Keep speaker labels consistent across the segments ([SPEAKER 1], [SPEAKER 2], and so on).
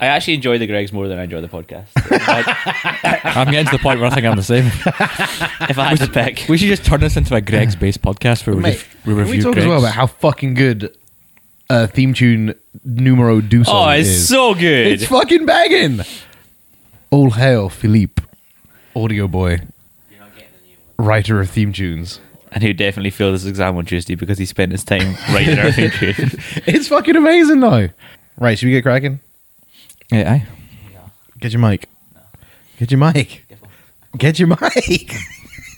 [SPEAKER 1] I actually enjoy the Gregs more than I enjoy the podcast.
[SPEAKER 2] I'm getting to the point where I think I'm the same.
[SPEAKER 1] if I had to pick,
[SPEAKER 2] We should just turn this into a Greg's based podcast where we,
[SPEAKER 3] Mate,
[SPEAKER 2] ref- we
[SPEAKER 3] can
[SPEAKER 2] review
[SPEAKER 3] we talk
[SPEAKER 2] Greg's.
[SPEAKER 3] as well about how fucking good uh, theme tune numero do
[SPEAKER 1] oh, it's
[SPEAKER 3] is.
[SPEAKER 1] so good.
[SPEAKER 3] It's fucking banging. All hail Philippe, audio boy, writer of theme tunes.
[SPEAKER 1] and he would definitely fail this exam on Tuesday because he spent his time writing our theme tune.
[SPEAKER 3] It's fucking amazing though. Right, should we get cracking?
[SPEAKER 2] yeah, aye.
[SPEAKER 3] Get your mic. Get your mic. Get your mic.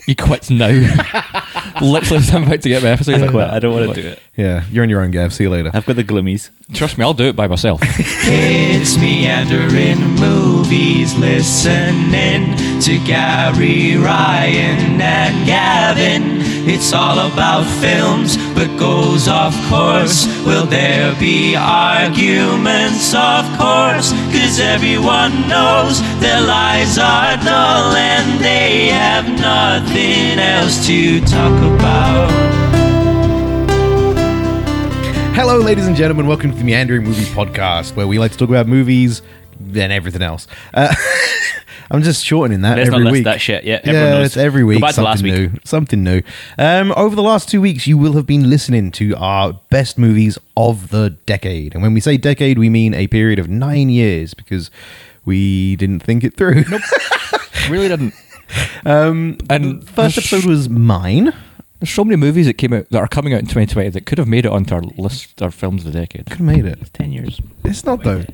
[SPEAKER 2] He quits now. Literally, as I'm about to get my episode.
[SPEAKER 1] I quit. I don't want to do it.
[SPEAKER 3] yeah, you're on your own, Gav. See you later.
[SPEAKER 1] I've got the glimmies.
[SPEAKER 2] Trust me, I'll do it by myself.
[SPEAKER 4] It's meandering movies, listening to Gary Ryan and Gavin. It's all about films, but goes off course. Will there be arguments? Of course, cause everyone knows their lies are dull and they have nothing else to talk about.
[SPEAKER 3] Hello, ladies and gentlemen. Welcome to the Meandering Movie Podcast, where we like to talk about movies and everything else. Uh, I'm just shortening that
[SPEAKER 1] Let's
[SPEAKER 3] every
[SPEAKER 1] not list
[SPEAKER 3] week.
[SPEAKER 1] that shit yet. Everyone
[SPEAKER 3] Yeah,
[SPEAKER 1] knows.
[SPEAKER 3] it's every week.
[SPEAKER 1] Go back to
[SPEAKER 3] something
[SPEAKER 1] last week.
[SPEAKER 3] new. Something new. Um, over the last two weeks, you will have been listening to our best movies of the decade, and when we say decade, we mean a period of nine years because we didn't think it through.
[SPEAKER 2] really didn't. Um, and
[SPEAKER 3] First episode was mine.
[SPEAKER 2] There's so many movies that came out that are coming out in 2020 that could have made it onto our list our films of the decade.
[SPEAKER 3] Could have made it.
[SPEAKER 1] Ten years.
[SPEAKER 3] It's not though.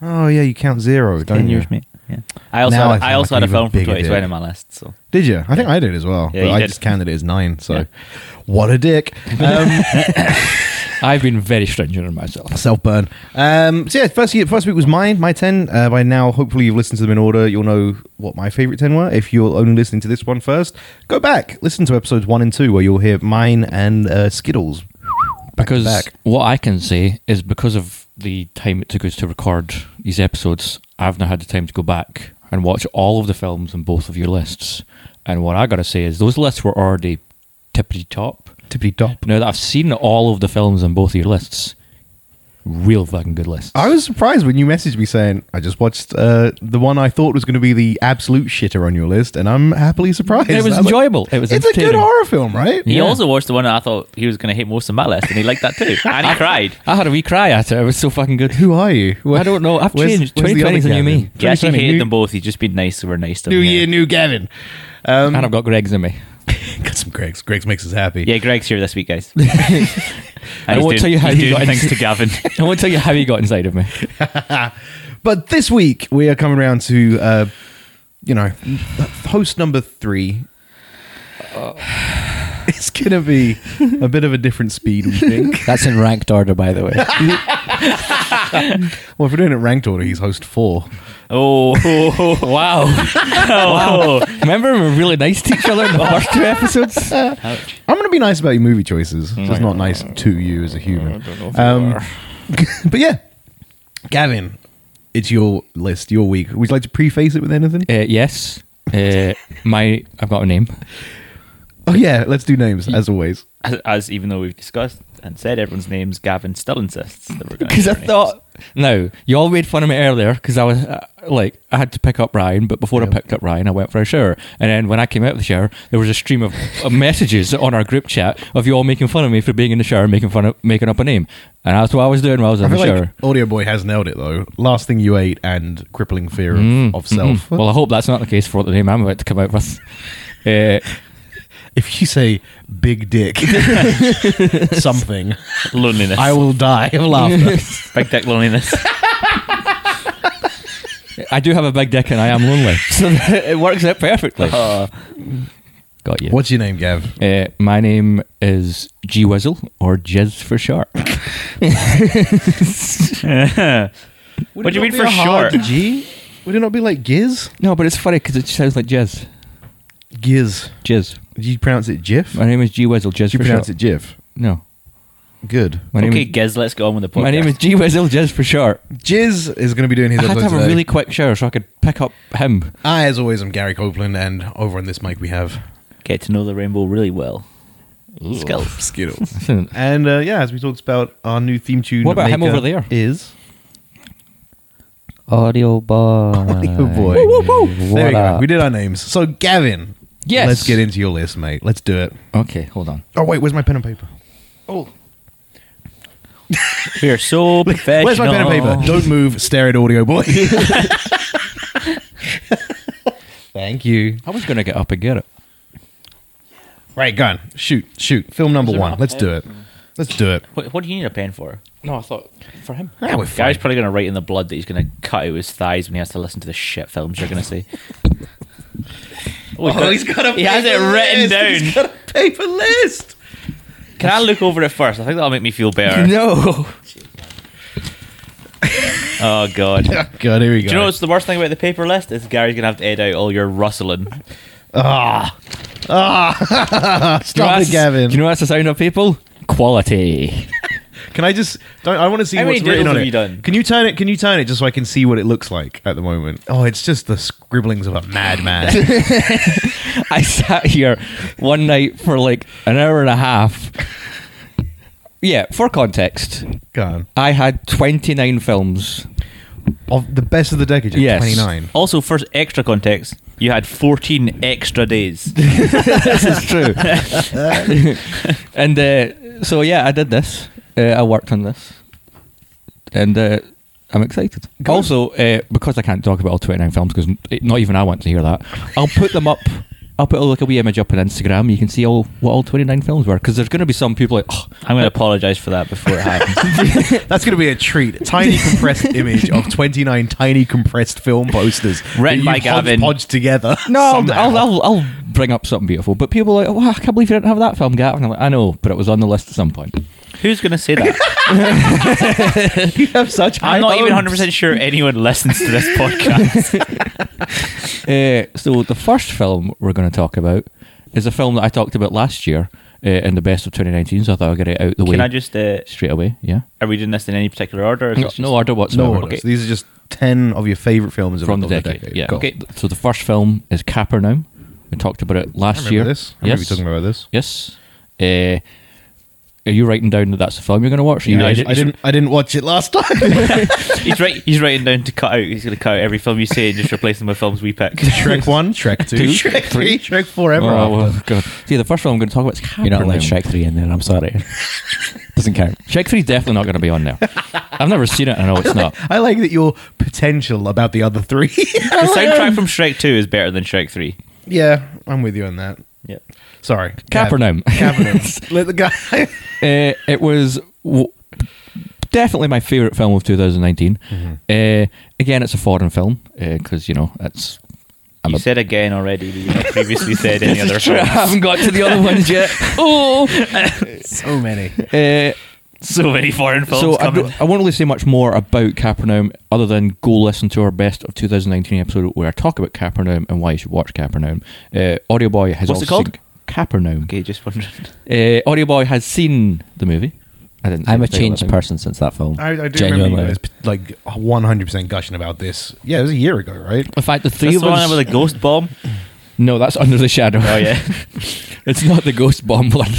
[SPEAKER 3] Oh yeah, you count zero, don't
[SPEAKER 1] Ten
[SPEAKER 3] you?
[SPEAKER 1] years, mate. Yeah. I also
[SPEAKER 3] Now I
[SPEAKER 1] had,
[SPEAKER 3] sound
[SPEAKER 1] I also
[SPEAKER 3] like
[SPEAKER 1] had a
[SPEAKER 3] an
[SPEAKER 1] film
[SPEAKER 3] even
[SPEAKER 1] from
[SPEAKER 3] bigger
[SPEAKER 1] 2020
[SPEAKER 3] dick.
[SPEAKER 1] on my list. So
[SPEAKER 3] Did you? I think I did as well.
[SPEAKER 1] Yeah,
[SPEAKER 3] but
[SPEAKER 1] you
[SPEAKER 3] I
[SPEAKER 1] did.
[SPEAKER 3] just counted it as nine. So,
[SPEAKER 1] Yeah.
[SPEAKER 3] what a dick. Um,
[SPEAKER 2] I've been very stringent on myself.
[SPEAKER 3] Self burn. Um, so yeah, first year, first week was mine, my ten. Uh, by now, hopefully you've listened to them in order. You'll know what my favorite ten were. If you're only listening to this one first, go back listen to episodes one and two where you'll hear mine and uh, Skittles. Back to
[SPEAKER 2] because
[SPEAKER 3] back.
[SPEAKER 2] what I can say is because of the time it took us to record these episodes, I've now had the time to go back and watch all of the films on both of your lists. And what I gotta say is those lists were already tippity top.
[SPEAKER 3] tippity top.
[SPEAKER 2] Now that I've seen all of the films on both of your lists, real fucking good lists.
[SPEAKER 3] I was surprised when you messaged me saying I just watched uh, the one I thought was going to be the absolute shitter on your list, and I'm happily surprised.
[SPEAKER 2] It was
[SPEAKER 3] I'm like,
[SPEAKER 2] enjoyable. It was
[SPEAKER 3] It's a good
[SPEAKER 2] entertaining.
[SPEAKER 3] horror film, right?
[SPEAKER 1] he
[SPEAKER 2] Yeah.
[SPEAKER 1] also watched the one that I thought he was going to hate most on my list, and he liked that too, and he cried.
[SPEAKER 2] I had a wee cry at it. It was so fucking good.
[SPEAKER 3] Who are you? Where-
[SPEAKER 2] I don't know. I've
[SPEAKER 3] where's-
[SPEAKER 2] changed.
[SPEAKER 3] where's the
[SPEAKER 2] 2020 is a
[SPEAKER 3] other
[SPEAKER 2] new me.
[SPEAKER 3] Gavin?
[SPEAKER 1] He actually
[SPEAKER 2] 2020,
[SPEAKER 1] hated
[SPEAKER 2] new-
[SPEAKER 1] them both. He's just been nice. We're nice to
[SPEAKER 3] New
[SPEAKER 1] him. yeah.
[SPEAKER 3] year, new Gavin. Um,
[SPEAKER 2] and I've got Greg's in me.
[SPEAKER 3] Got some Greg's. Greg's makes us happy.
[SPEAKER 1] Yeah, Greg's here this week, guys. And he's
[SPEAKER 2] won't
[SPEAKER 1] doing-
[SPEAKER 2] tell you how
[SPEAKER 1] he's
[SPEAKER 2] he
[SPEAKER 1] doing
[SPEAKER 2] got
[SPEAKER 1] thanks
[SPEAKER 2] into-
[SPEAKER 1] to Gavin.
[SPEAKER 2] I won't tell you how he got inside of me.
[SPEAKER 3] But this week we are coming around to, uh, you know, host number three. It's gonna be a bit of a different speed, we think.
[SPEAKER 2] That's in ranked order, by the way.
[SPEAKER 3] well, if we're doing it ranked order, he's host four.
[SPEAKER 1] Oh, oh, oh,
[SPEAKER 2] wow. wow. Remember, we were really nice to each other in the first two episodes?
[SPEAKER 3] I'm gonna be nice about your movie choices.
[SPEAKER 1] Mm.
[SPEAKER 3] It's not nice to you as a human. Um, but yeah, Gavin, it's your list, your week. Would you like to preface it with anything?
[SPEAKER 2] Uh, yes. Uh, my, I've got a name.
[SPEAKER 3] Oh yeah, let's do names as always.
[SPEAKER 1] as, as even though we've discussed and said everyone's names, Gavin still insists that we're going.
[SPEAKER 2] Because I thought. No, you all made fun of me earlier because I was uh, like, I had to pick up Ryan, but before I picked up Ryan, I went for a shower. And then when I came out of the shower, there was a stream of, of messages on our group chat of you all making fun of me for being in the shower, making fun of making up a name. And that's what I was doing while I was in
[SPEAKER 3] I
[SPEAKER 2] the
[SPEAKER 3] feel
[SPEAKER 2] shower.
[SPEAKER 3] like Audio Boy has nailed it though. Last thing you ate and crippling fear of,
[SPEAKER 1] Mm,
[SPEAKER 3] of
[SPEAKER 2] Mm.
[SPEAKER 3] self.
[SPEAKER 2] Mm-hmm.
[SPEAKER 1] mm-hmm.
[SPEAKER 2] Well, I hope that's not the case for the name I'm about to come out with. Uh,
[SPEAKER 3] if you say big dick something,
[SPEAKER 1] loneliness.
[SPEAKER 3] I will die of laughter.
[SPEAKER 1] big dick loneliness.
[SPEAKER 2] I do have a big dick and I am lonely, so it works out perfectly.
[SPEAKER 1] Uh-huh. Uh,
[SPEAKER 2] Got you.
[SPEAKER 3] What's your name, Gav?
[SPEAKER 2] Uh, my name is G Wizzle or Jizz for short.
[SPEAKER 1] What do you mean for short?
[SPEAKER 3] G? Would it not be like Giz?
[SPEAKER 2] No, but it's funny because it sounds like Jizz.
[SPEAKER 3] Giz.
[SPEAKER 2] Jizz.
[SPEAKER 3] Did you pronounce it Jiff?
[SPEAKER 2] My name is G Wizzle. Jizz
[SPEAKER 3] Did you
[SPEAKER 2] for
[SPEAKER 3] pronounce
[SPEAKER 2] short.
[SPEAKER 3] it Jiff?
[SPEAKER 2] No.
[SPEAKER 3] Good.
[SPEAKER 2] My name
[SPEAKER 1] okay,
[SPEAKER 2] is,
[SPEAKER 1] Giz, let's go on with the podcast.
[SPEAKER 2] my name is G Wizzle. Jizz for short.
[SPEAKER 3] Jiz is going to be doing his
[SPEAKER 2] I had to
[SPEAKER 3] episode
[SPEAKER 2] have
[SPEAKER 3] today.
[SPEAKER 2] a really quick shower so I could pick up him.
[SPEAKER 3] I, as always, am Gary Copeland, and over on this mic we have
[SPEAKER 1] Get to know the rainbow really well. Skulls.
[SPEAKER 3] Skittles. and uh, yeah, as we talked about, our new theme tune.
[SPEAKER 2] What about him
[SPEAKER 3] maker
[SPEAKER 2] over there?
[SPEAKER 3] Is
[SPEAKER 5] Audio boy.
[SPEAKER 3] Audio boy. Woo, there we go. We did our names. So Gavin,
[SPEAKER 2] Yes.
[SPEAKER 3] let's get into your list, mate. Let's do it.
[SPEAKER 2] Okay, hold on.
[SPEAKER 3] Oh wait, where's my pen and paper?
[SPEAKER 1] We are so professional.
[SPEAKER 3] Where's my pen and paper? Don't move. Stare at audio boy. Thank you.
[SPEAKER 2] I was going to get up and get it.
[SPEAKER 3] Right, gun. Shoot, shoot. Film number
[SPEAKER 1] there
[SPEAKER 3] one.
[SPEAKER 1] not a
[SPEAKER 3] Let's do it. Let's do it.
[SPEAKER 1] What, what do you need a pen for?
[SPEAKER 2] No, I thought for him.
[SPEAKER 3] Ah, we're
[SPEAKER 1] Gary's
[SPEAKER 3] fine.
[SPEAKER 1] probably going to write in the blood that he's going to cut out his thighs when he has to listen to the shit films you're going to see. Oh,
[SPEAKER 3] Oh, he's got a
[SPEAKER 1] He has it
[SPEAKER 3] paper
[SPEAKER 1] written
[SPEAKER 3] list. He's
[SPEAKER 1] down.
[SPEAKER 3] got a paper list.
[SPEAKER 1] Can I look over it first? I think that'll make me feel better.
[SPEAKER 2] No.
[SPEAKER 1] Oh god. Do
[SPEAKER 3] God, here we go.
[SPEAKER 1] you know what's the worst thing about the paper list? Is Gary's gonna have to edit out all your rustling.
[SPEAKER 3] Stop it, Gavin.
[SPEAKER 2] Do you know that's the sound of people? Quality.
[SPEAKER 3] Can I just? Don't, I want to see
[SPEAKER 1] How many
[SPEAKER 3] what's written
[SPEAKER 1] doodles
[SPEAKER 3] on
[SPEAKER 1] have
[SPEAKER 3] it.
[SPEAKER 1] you done?
[SPEAKER 3] Can you turn it? Can you turn it just so I can see what it looks like at the moment? Oh, it's just the scribblings of a madman.
[SPEAKER 2] I sat here one night for like an hour and a half. Yeah, for context,
[SPEAKER 3] Gone
[SPEAKER 2] I had 29 films.
[SPEAKER 3] of the best of the decade.
[SPEAKER 2] Yes.
[SPEAKER 3] twenty nine.
[SPEAKER 1] Also, first extra context, you had fourteen extra days.
[SPEAKER 2] this is true. and uh, so, yeah, I did this. Uh, I worked on this. And uh, I'm excited. Also, uh, because I can't talk about all 29 films, because not even I want to hear that, I'll put them up. I'll put like a wee image up on Instagram. You can see all what all 29 films were. Because there's going to be some people like, oh,
[SPEAKER 1] I'm gonna apologize for that before it happens.
[SPEAKER 3] That's going to be a treat. Tiny compressed image of twenty nine tiny compressed film posters
[SPEAKER 1] Written
[SPEAKER 3] that
[SPEAKER 1] by
[SPEAKER 3] you've
[SPEAKER 1] Gavin.
[SPEAKER 3] hodgepodge together.
[SPEAKER 2] No, I'll,
[SPEAKER 3] somehow.
[SPEAKER 2] I'll, I'll, I'll bring up something beautiful. But people are like, oh, I can't believe you didn't have that film, Gav. And I'm like, I know, but it was on the list at some point.
[SPEAKER 1] Who's gonna say that?
[SPEAKER 3] you have such. high
[SPEAKER 1] I'm not even 100
[SPEAKER 3] hopes.
[SPEAKER 1] percent sure anyone listens to this podcast.
[SPEAKER 2] Uh, so the first film we're going to talk about is a film that I talked about last year uh, in the best of 2019. So I thought I'd get it out the way
[SPEAKER 1] Can I just? Uh,
[SPEAKER 2] straight away. Yeah.
[SPEAKER 1] are we doing this in any particular order? or is
[SPEAKER 2] No,
[SPEAKER 1] this just-
[SPEAKER 2] no order
[SPEAKER 3] No,
[SPEAKER 2] whatsoever.
[SPEAKER 3] orders. these are just ten of your favorite films of,
[SPEAKER 2] From the
[SPEAKER 3] of the
[SPEAKER 2] decade. Yeah.
[SPEAKER 3] Cool.
[SPEAKER 2] Okay. So the first film is Capernaum. We talked about it
[SPEAKER 3] I
[SPEAKER 2] last
[SPEAKER 3] remember
[SPEAKER 2] year.
[SPEAKER 3] this. I remember
[SPEAKER 2] yes.
[SPEAKER 3] you talking about this.
[SPEAKER 2] yes. Uh, are you writing down that that's the film you're going to watch? Are you
[SPEAKER 3] I,
[SPEAKER 2] writing-
[SPEAKER 3] I didn't. I didn't watch it last time.
[SPEAKER 1] He's right. He's writing down to cut out. He's gonna cut out every film you say and just replace them with films we pick.
[SPEAKER 3] Shrek one, Shrek two,
[SPEAKER 2] Two,
[SPEAKER 3] Shrek three, Shrek four. Ever
[SPEAKER 2] Oh,
[SPEAKER 3] after.
[SPEAKER 2] well, God. See, the first film I'm going to talk about is Capernaum.
[SPEAKER 5] You're not allowed Shrek 3 in there. I'm sorry. Doesn't count.
[SPEAKER 2] Shrek 3 is definitely not going to be on there. I've never seen it. I know it's not.
[SPEAKER 3] I like that your potential about the other three.
[SPEAKER 1] The soundtrack from Shrek 2 is better than Shrek 3.
[SPEAKER 3] yeah, I'm with you on that.
[SPEAKER 1] Yep.
[SPEAKER 3] Sorry,
[SPEAKER 2] Capernaum.
[SPEAKER 3] Capernaum. Let the guy.
[SPEAKER 2] Uh, it was w- definitely my favourite film of 2019. Uh, again, it's a foreign film because, you know, it's. I'm
[SPEAKER 1] you
[SPEAKER 2] a-
[SPEAKER 1] said again already that you have previously said any other
[SPEAKER 2] I
[SPEAKER 1] film.
[SPEAKER 2] haven't got to the other ones yet. Oh!
[SPEAKER 3] so many.
[SPEAKER 2] Uh,
[SPEAKER 1] So many foreign films
[SPEAKER 2] so I,
[SPEAKER 1] coming.
[SPEAKER 2] don't- I won't really say much more about Capernaum other than go listen to our best of 2019 episode where I talk about Capernaum and why you should watch Capernaum. Uh, Audio Boy has
[SPEAKER 1] What's it
[SPEAKER 2] also
[SPEAKER 1] called?
[SPEAKER 2] seen Capernaum.
[SPEAKER 1] Okay, just wondering.
[SPEAKER 2] Uh, Audio Boy has seen the movie. I didn't. say
[SPEAKER 5] I'm
[SPEAKER 2] the
[SPEAKER 5] a
[SPEAKER 2] title, I
[SPEAKER 5] changed
[SPEAKER 2] think.
[SPEAKER 5] person since that film.
[SPEAKER 3] I, I do
[SPEAKER 5] Genuinely.
[SPEAKER 3] remember you guys like 100 percent gushing about this. Yeah, it was a year ago, right?
[SPEAKER 2] In fact, the three
[SPEAKER 1] That's
[SPEAKER 2] of
[SPEAKER 1] the one
[SPEAKER 2] us.
[SPEAKER 1] with a ghost bomb.
[SPEAKER 2] no, that's under the shadow.
[SPEAKER 1] Oh yeah,
[SPEAKER 2] it's not the ghost bomb one.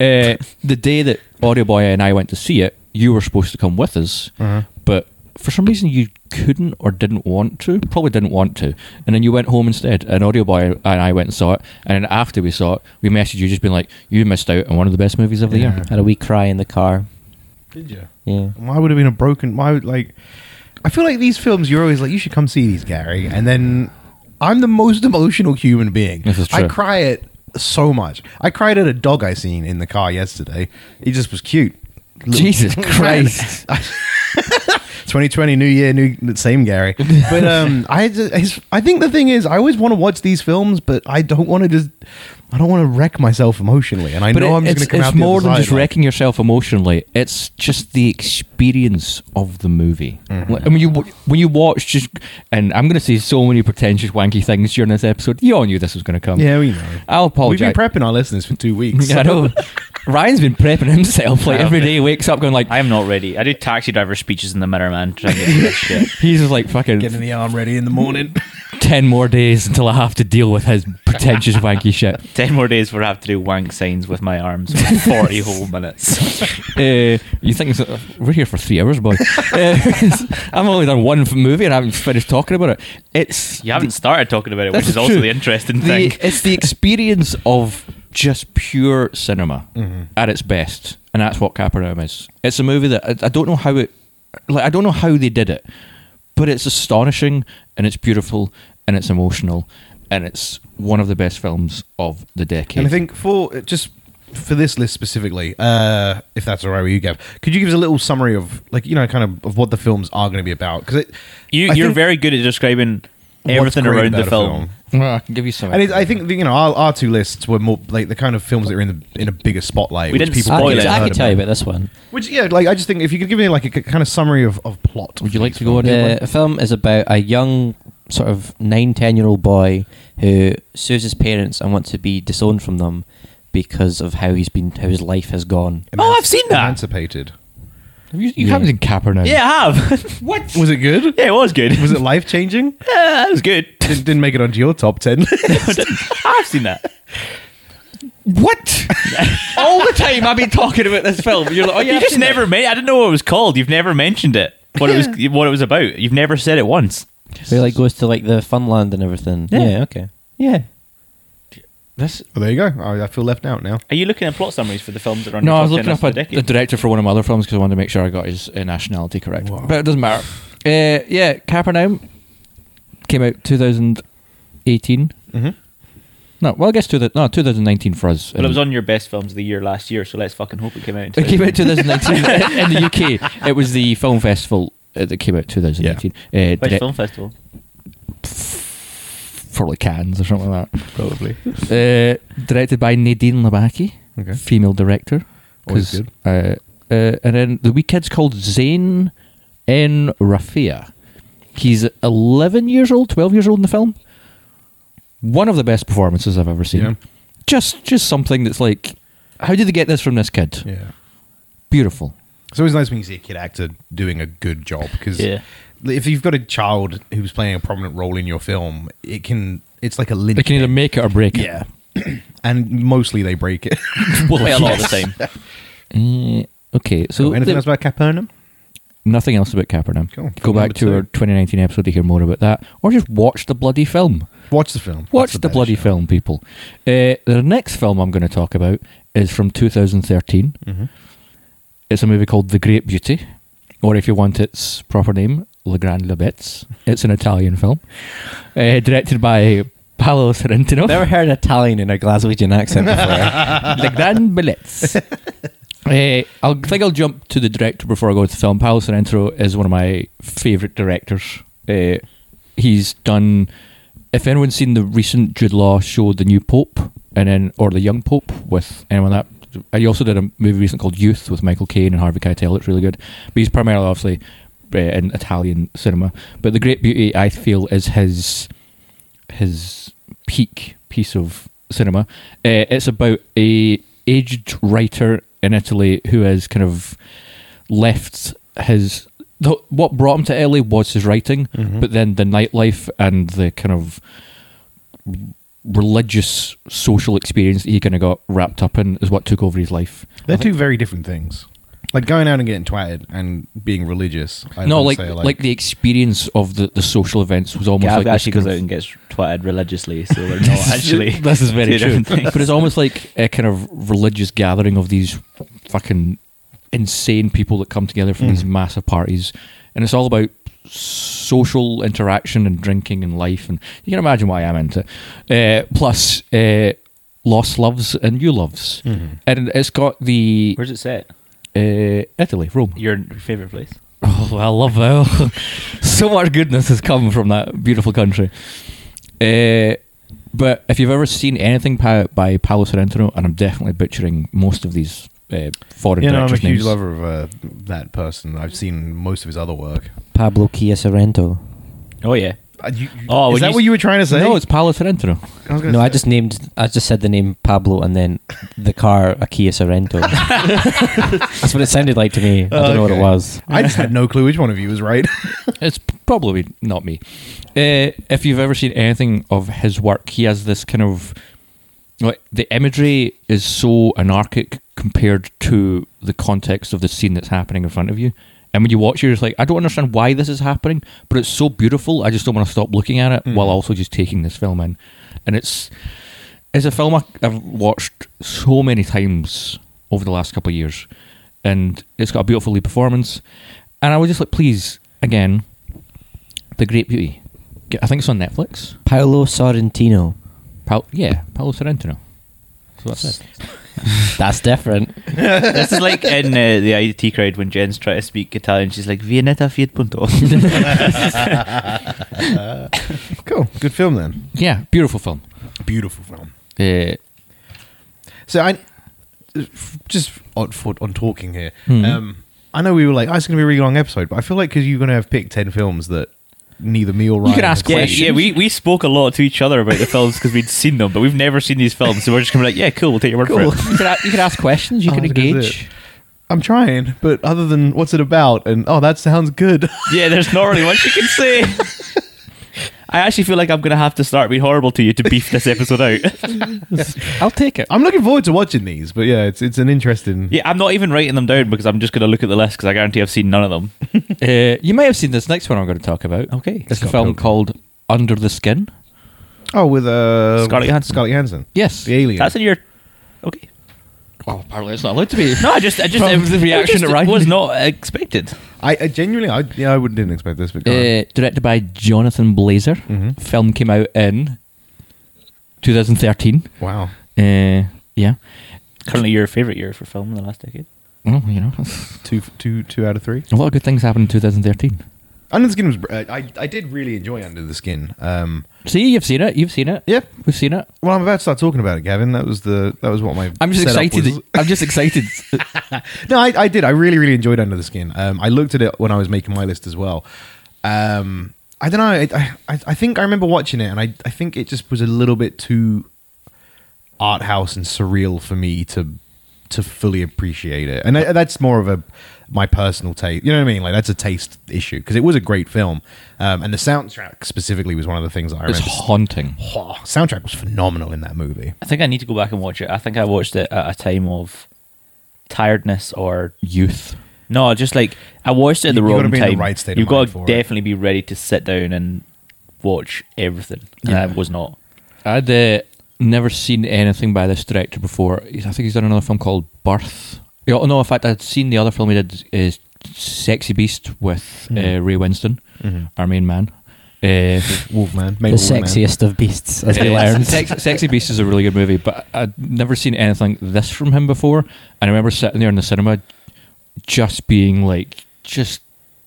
[SPEAKER 2] Uh, the day that Audio Boy and I went to see it, you were supposed to come with us,
[SPEAKER 3] Uh-huh.
[SPEAKER 2] but for some reason you couldn't or didn't want to. Probably didn't want to, and then you went home instead. And Audio Boy and I went and saw it, and then after we saw it, we messaged you just being like, "You missed out on one of the best movies of the
[SPEAKER 3] Yeah.
[SPEAKER 2] year."
[SPEAKER 5] Had a wee cry in the car.
[SPEAKER 3] Did you?
[SPEAKER 5] Yeah.
[SPEAKER 3] Why would it have been a broken? Why would like? I feel like these films. You're always like, you should come see these, Gary. And then I'm the most emotional human being.
[SPEAKER 2] This is
[SPEAKER 3] I
[SPEAKER 2] true.
[SPEAKER 3] cry at so much. I cried at a dog I seen in the car yesterday. It just was cute. Little-
[SPEAKER 2] Jesus Christ!
[SPEAKER 3] 2020 new year new same gary but um i just, it's- i think the thing is i always want to watch these films but i don't want to just i don't want to wreck myself emotionally and i know
[SPEAKER 2] it-
[SPEAKER 3] i'm just
[SPEAKER 2] it's,
[SPEAKER 3] going
[SPEAKER 2] it's
[SPEAKER 3] to come out the
[SPEAKER 2] more
[SPEAKER 3] other
[SPEAKER 2] than
[SPEAKER 3] side,
[SPEAKER 2] just
[SPEAKER 3] like,
[SPEAKER 2] wrecking yourself emotionally. It's just the experience of the movie.
[SPEAKER 3] Mm-hmm.
[SPEAKER 2] Like, I mean, you w- when you watch, just and I'm going to say so many pretentious wanky things during this episode. You all knew this was going to come.
[SPEAKER 3] yeah we know
[SPEAKER 2] I'll
[SPEAKER 3] we've
[SPEAKER 2] apologize.
[SPEAKER 3] been prepping our listeners for two weeks
[SPEAKER 2] I know. Ryan's been prepping himself like
[SPEAKER 1] I
[SPEAKER 2] every
[SPEAKER 1] know.
[SPEAKER 2] day. He wakes up going like
[SPEAKER 1] I am not ready. I do taxi driver speeches in the mirror, man. Trying to get through this shit.
[SPEAKER 2] he's just like fucking
[SPEAKER 3] getting the arm ready in the morning
[SPEAKER 2] ten more days until I have to deal with his pretentious wanky shit.
[SPEAKER 1] Ten more days where I have to do wank signs with my arms for 40 whole minutes.
[SPEAKER 2] Uh, you think so- we're here for three hours, boy? Uh, I've only done one f- movie and I haven't finished talking about it. It's
[SPEAKER 1] You haven't started talking about it, which
[SPEAKER 2] That's
[SPEAKER 1] is also
[SPEAKER 2] true.
[SPEAKER 1] the interesting
[SPEAKER 2] the,
[SPEAKER 1] thing.
[SPEAKER 2] it's the experience of just pure cinema
[SPEAKER 3] Mm-hmm.
[SPEAKER 2] at its best, and that's what Capernaum is. It's a movie that I, I don't know how it, like I don't know how they did it, but it's astonishing and it's beautiful and it's emotional and it's one of the best films of the decade.
[SPEAKER 3] And I think for just for this list specifically, uh, if that's all right with you, Gav, could you give us a little summary of like you know kind of of what the films are going to be about? Because
[SPEAKER 1] You,
[SPEAKER 3] I
[SPEAKER 1] you're
[SPEAKER 3] think-
[SPEAKER 1] very good at describing
[SPEAKER 3] What's
[SPEAKER 1] everything
[SPEAKER 3] great
[SPEAKER 1] around the
[SPEAKER 3] about a
[SPEAKER 1] film.
[SPEAKER 3] film.
[SPEAKER 2] Well, I can give you some.
[SPEAKER 3] and it, I think you know our, our two lists were more like the kind of films that are in the in a bigger spotlight.
[SPEAKER 1] We
[SPEAKER 3] which
[SPEAKER 1] didn't
[SPEAKER 3] people
[SPEAKER 5] I
[SPEAKER 1] spoil
[SPEAKER 5] could,
[SPEAKER 1] it.
[SPEAKER 3] haven't
[SPEAKER 5] I
[SPEAKER 3] heard
[SPEAKER 5] could tell you
[SPEAKER 3] about.
[SPEAKER 5] about this one.
[SPEAKER 3] Which yeah, like I just think if you could give me like a k- kind of summary of, of plot.
[SPEAKER 2] Would you like to go on?
[SPEAKER 5] The film is about a young, sort of nine, ten year old boy who sues his parents and wants to be disowned from them because of how he's been, how his life has gone.
[SPEAKER 1] Oh, I've seen that.
[SPEAKER 3] Emancipated.
[SPEAKER 2] Have you you
[SPEAKER 5] Yeah.
[SPEAKER 2] haven't seen Capernaum.
[SPEAKER 1] Yeah, I have. what?
[SPEAKER 3] Was it good?
[SPEAKER 1] Yeah, it was good.
[SPEAKER 3] Was it life changing?
[SPEAKER 1] Yeah, it was good.
[SPEAKER 3] didn't, didn't make it onto your top ten.
[SPEAKER 1] I've seen that.
[SPEAKER 2] What? All the time I've been talking about this film. You're like, oh yeah,
[SPEAKER 1] you
[SPEAKER 2] I've
[SPEAKER 1] just
[SPEAKER 2] seen that.
[SPEAKER 1] never made. I didn't know what it was called. You've never mentioned it. What it was. What it was about. You've never said it once.
[SPEAKER 5] So he like goes to like the fun land and everything.
[SPEAKER 1] Yeah.
[SPEAKER 5] Yeah, okay.
[SPEAKER 1] Yeah.
[SPEAKER 2] This
[SPEAKER 3] well, there you go. I, I feel left out now.
[SPEAKER 1] Are you looking at plot summaries for the films that are on
[SPEAKER 2] No,
[SPEAKER 1] your
[SPEAKER 2] I was
[SPEAKER 1] top
[SPEAKER 2] looking
[SPEAKER 1] 10
[SPEAKER 2] up
[SPEAKER 1] for
[SPEAKER 2] a,
[SPEAKER 1] the
[SPEAKER 2] the
[SPEAKER 1] decade?
[SPEAKER 2] director for one of my other films because I wanted to make sure I got his uh, nationality correct.
[SPEAKER 3] Wow.
[SPEAKER 2] But it doesn't matter. Uh, yeah, Capernaum came out 2018.
[SPEAKER 3] Mhm.
[SPEAKER 2] No, well, I guess two thou- no, 2019 for us.
[SPEAKER 1] Well, it was on your best films of the year last year, so let's fucking hope it came out. in
[SPEAKER 2] It came out
[SPEAKER 1] 2019.
[SPEAKER 2] 2019 in the UK. It was the film festival uh, that came out 2019 uh,
[SPEAKER 1] Which
[SPEAKER 2] direct-
[SPEAKER 1] film festival?
[SPEAKER 2] for like Cannes or something like that.
[SPEAKER 3] Probably.
[SPEAKER 2] Uh, directed by Nadine Labaki,
[SPEAKER 3] Okay.
[SPEAKER 2] female director.
[SPEAKER 3] Always
[SPEAKER 2] 'Cause, Uh, uh, and then the wee kid's called Zain N. Rafia. He's 11 years old, 12 years old in the film. One of the best performances I've ever seen.
[SPEAKER 3] Yeah.
[SPEAKER 2] Just, just something that's like, how did they get this from this kid?
[SPEAKER 3] Yeah.
[SPEAKER 2] Beautiful.
[SPEAKER 3] It's always nice when you see a kid actor doing a good job because
[SPEAKER 1] Yeah.
[SPEAKER 3] if you've got a child who's playing a prominent role in your film, it can it's like a lynch.
[SPEAKER 2] They can either make it or break it.
[SPEAKER 3] yeah, and mostly they break it.
[SPEAKER 1] Well, a lot of the time.
[SPEAKER 2] Uh, okay, so
[SPEAKER 3] So anything
[SPEAKER 2] the-
[SPEAKER 3] else about Capernaum?
[SPEAKER 2] nothing else about Capernaum.
[SPEAKER 3] Cool.
[SPEAKER 2] Go
[SPEAKER 3] Number
[SPEAKER 2] back to
[SPEAKER 3] two.
[SPEAKER 2] our 2019 episode to hear more about that, or just watch the bloody film.
[SPEAKER 3] Watch the film.
[SPEAKER 2] Watch
[SPEAKER 3] That's
[SPEAKER 2] the,
[SPEAKER 3] better
[SPEAKER 2] bloody
[SPEAKER 3] show.
[SPEAKER 2] film, people. Uh, the next film I'm going to talk about is from 2013.
[SPEAKER 3] Mm-hmm.
[SPEAKER 2] It's a movie called The Great Beauty, or if you want its proper name, Le Grand Lebetz. It's an Italian film, uh, directed by Paolo Sorrentino.
[SPEAKER 5] Never heard Italian in a Glaswegian accent before.
[SPEAKER 2] Le Grand Bellets. uh, I think I'll jump to the director before I go to the film. Paolo Sorrentino is one of my favourite directors. Uh, he's done. If anyone's seen the recent Jude Law show, The New Pope, and then or The Young Pope with anyone that. uh, He also did a movie recently called Youth with Michael Caine and Harvey Keitel. It's really good, but he's primarily obviously uh, in Italian cinema. But The Great Beauty, I feel, is his his peak piece of cinema. Uh, it's about a aged writer in Italy who has kind of left his. The, what brought him to Italy was his writing, but then the nightlife and the kind of religious social experience that he kind of got wrapped up in is what took over his life.
[SPEAKER 3] They're two very different things. Like going out and getting twatted and being religious. I
[SPEAKER 2] no,
[SPEAKER 3] would
[SPEAKER 2] like,
[SPEAKER 3] say,
[SPEAKER 2] like the experience of the, the social events was almost
[SPEAKER 1] Gav
[SPEAKER 2] like this
[SPEAKER 1] actually goes
[SPEAKER 2] kind
[SPEAKER 1] out
[SPEAKER 2] of-
[SPEAKER 1] and gets twatted religiously, so we're not
[SPEAKER 2] This is-
[SPEAKER 1] actually.
[SPEAKER 2] this is very
[SPEAKER 1] two
[SPEAKER 2] true.
[SPEAKER 1] different things.
[SPEAKER 2] But it's almost like a kind of religious gathering of these fucking insane people that come together for these massive parties, and it's all about social interaction and drinking and life. And you can imagine why I'm into. it. Uh, plus, uh, lost loves and new loves,
[SPEAKER 3] Mm. Mm-hmm.
[SPEAKER 2] and it's got the
[SPEAKER 1] Where's it set?
[SPEAKER 2] uh, Italy, Rome.
[SPEAKER 1] Your favorite place?
[SPEAKER 2] Oh, I love that. so much goodness has come from that beautiful country. Uh, but if you've ever seen anything pa- by Paolo Sorrentino, and I'm definitely butchering most of these uh, foreign
[SPEAKER 3] You know, I'm a
[SPEAKER 2] directors'
[SPEAKER 3] huge
[SPEAKER 2] names.
[SPEAKER 3] lover of uh, that person. I've seen most of his other work.
[SPEAKER 5] Pablo Kia Sorrento.
[SPEAKER 1] Oh yeah.
[SPEAKER 3] Uh, you- you-
[SPEAKER 1] Oh,
[SPEAKER 3] is
[SPEAKER 1] when
[SPEAKER 3] that
[SPEAKER 1] you-
[SPEAKER 3] what you were trying to say?
[SPEAKER 2] No, it's Palo Sorrento.
[SPEAKER 3] I was gonna
[SPEAKER 5] No, I
[SPEAKER 3] say-
[SPEAKER 5] just named. I just said the name Pablo and then the car a Kia Sorrento. That's what it sounded like to me. I don't know what it
[SPEAKER 3] Okay.
[SPEAKER 5] was.
[SPEAKER 3] I just had no clue which one of you was right.
[SPEAKER 2] It's probably not me. Uh, if you've ever seen anything of his work, he has this kind of like the imagery is so anarchic compared to the context of the scene that's happening in front of you. And when you watch, it, you're just like, I don't understand why this is happening, but it's so beautiful. I just don't want to stop looking at it while also just taking this film in. And it's it's a film I- I've watched so many times over the last couple of years, and it's got a beautiful lead performance. And I was just like, please, again, the Great Beauty. Get- I think it's on Netflix.
[SPEAKER 5] Paolo Sorrentino.
[SPEAKER 2] Pal- yeah, Paolo Sorrentino. So that's it.
[SPEAKER 5] That's different.
[SPEAKER 1] this is like in uh, the IT crowd when Jen's trying to speak Italian. She's like, Viennetta Fiat Punto.
[SPEAKER 3] cool. Good film then.
[SPEAKER 2] Yeah, beautiful film.
[SPEAKER 3] Beautiful film.
[SPEAKER 2] Uh,
[SPEAKER 3] So I just on for, on talking here.
[SPEAKER 2] Hmm.
[SPEAKER 3] Um, I know we were like, oh, it's going to be a really long episode, but I feel like because you're going to have picked ten films that neither me or Ryan
[SPEAKER 2] can
[SPEAKER 3] have
[SPEAKER 2] ask
[SPEAKER 3] seen.
[SPEAKER 1] yeah,
[SPEAKER 2] questions.
[SPEAKER 1] yeah we, we spoke a lot to each other about the films because we'd seen them, but we've never seen these films. So we're just going to be like, yeah, cool, we'll take your word
[SPEAKER 2] cool.
[SPEAKER 1] for it.
[SPEAKER 2] you, can, a- you can ask questions. You
[SPEAKER 3] Oh,
[SPEAKER 2] can
[SPEAKER 3] that's good, is
[SPEAKER 2] engage.
[SPEAKER 3] I'm trying, but other than what's it about and oh, that sounds good.
[SPEAKER 1] Yeah, there's not really much you can say. I actually feel like I'm going to have to start being horrible to you to beef this episode out.
[SPEAKER 2] I'll take it.
[SPEAKER 3] I'm looking forward to watching these, but yeah, it's it's an interesting.
[SPEAKER 1] yeah, I'm not even writing them down because I'm just going to look at the list because I guarantee I've seen none of them.
[SPEAKER 2] Uh, you may have seen this next one I'm going to talk about.
[SPEAKER 1] Okay.
[SPEAKER 2] It's a
[SPEAKER 3] Oh, Scott
[SPEAKER 2] film
[SPEAKER 3] Pilgrim.
[SPEAKER 2] called Under the Skin.
[SPEAKER 3] Oh, with uh,
[SPEAKER 1] Scarlett Johansson.
[SPEAKER 3] Scarlett Johansson.
[SPEAKER 2] Yes.
[SPEAKER 3] The alien.
[SPEAKER 1] That's in your. Okay.
[SPEAKER 2] Well, apparently it's not allowed to be.
[SPEAKER 1] No, I just, I just,
[SPEAKER 2] From
[SPEAKER 1] it was
[SPEAKER 2] the reaction
[SPEAKER 1] it
[SPEAKER 2] to Ryan.
[SPEAKER 1] was not expected.
[SPEAKER 3] I, I genuinely, I yeah, I would- didn't expect this, but go on.
[SPEAKER 2] Uh, directed by Jonathan Blazer.
[SPEAKER 3] Mhm.
[SPEAKER 2] Film came out in 2013.
[SPEAKER 3] wow,
[SPEAKER 2] Uh, yeah.
[SPEAKER 1] Currently, your favorite year for film in the last decade.
[SPEAKER 2] Well, you know,
[SPEAKER 3] two two two out of three.
[SPEAKER 2] a lot of good things happened in 2013.
[SPEAKER 3] Under the skin was. br- Uh, I I did really enjoy Under the Skin. Um,
[SPEAKER 2] See, you've seen it. You've seen it.
[SPEAKER 3] yeah.
[SPEAKER 2] We've seen it.
[SPEAKER 3] Well, I'm about to start talking about it, Gavin. That was the that was what my.
[SPEAKER 2] I'm just
[SPEAKER 3] setup
[SPEAKER 2] excited.
[SPEAKER 3] was.
[SPEAKER 2] that- I'm just excited.
[SPEAKER 3] No, I, I did. I really really enjoyed Under the Skin. Um, I looked at it when I was making my list as well. Um, I don't know. I, I I think I remember watching it, and I I think it just was a little bit too art house and surreal for me to to fully appreciate it. And I, that's more of a my personal taste. You know what I mean? Like that's a taste issue because it was a great film, um, and the soundtrack specifically was one of the things that I
[SPEAKER 2] it's
[SPEAKER 3] remember.
[SPEAKER 2] haunting.
[SPEAKER 3] Oh, soundtrack was phenomenal in that movie.
[SPEAKER 1] I think I need to go back and watch it. I think I watched it at a time of tiredness or
[SPEAKER 2] Youth.
[SPEAKER 1] no, just like I watched it at the
[SPEAKER 3] You- you
[SPEAKER 1] wrong
[SPEAKER 3] gotta be in
[SPEAKER 1] time.
[SPEAKER 3] the right state of
[SPEAKER 1] You've got
[SPEAKER 3] mind
[SPEAKER 1] to
[SPEAKER 3] for it.
[SPEAKER 1] definitely be ready to sit down and watch everything. And I was not.
[SPEAKER 2] I'd uh, never seen anything by this director before. He's- I think he's done another film called Birth. Yeah, oh, no, in fact, I'd seen the other film he did is Sexy Beast with uh, Ray Winston, our main man. Uh,
[SPEAKER 3] Wolfman,
[SPEAKER 5] The sexiest of beasts, as we
[SPEAKER 2] Uh,
[SPEAKER 5] learned.
[SPEAKER 2] Sex, Sexy Beast is a really good movie, but I'd never seen anything this from him before. And I remember sitting there in the cinema, just being like, just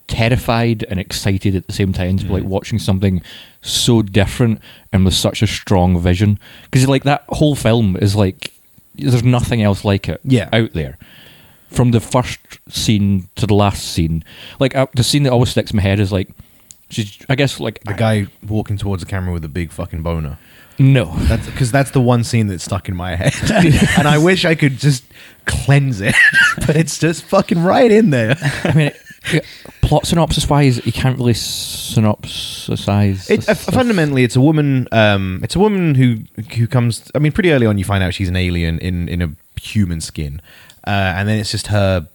[SPEAKER 2] terrified and excited at the same time to be
[SPEAKER 3] Mm.
[SPEAKER 2] like watching something so different and with such a strong vision. Because like that whole film is like, there's nothing else like it
[SPEAKER 3] Yeah.
[SPEAKER 2] out there. From the first scene to the last scene, like uh, the scene that always sticks in my head is like, she's, I guess like
[SPEAKER 3] The guy walking towards the camera with a big fucking boner.
[SPEAKER 2] no.
[SPEAKER 3] That's because that's the one scene that's stuck in my head, and I wish I could just cleanse it, but it's just fucking right in there.
[SPEAKER 2] I mean, it, plot synopsis wise, you can't really synopsisize.
[SPEAKER 3] It, uh, fundamentally, it's a woman. Um, it's a woman who who comes. I mean, pretty early on, you find out she's an alien in in a human skin, uh, and then it's just her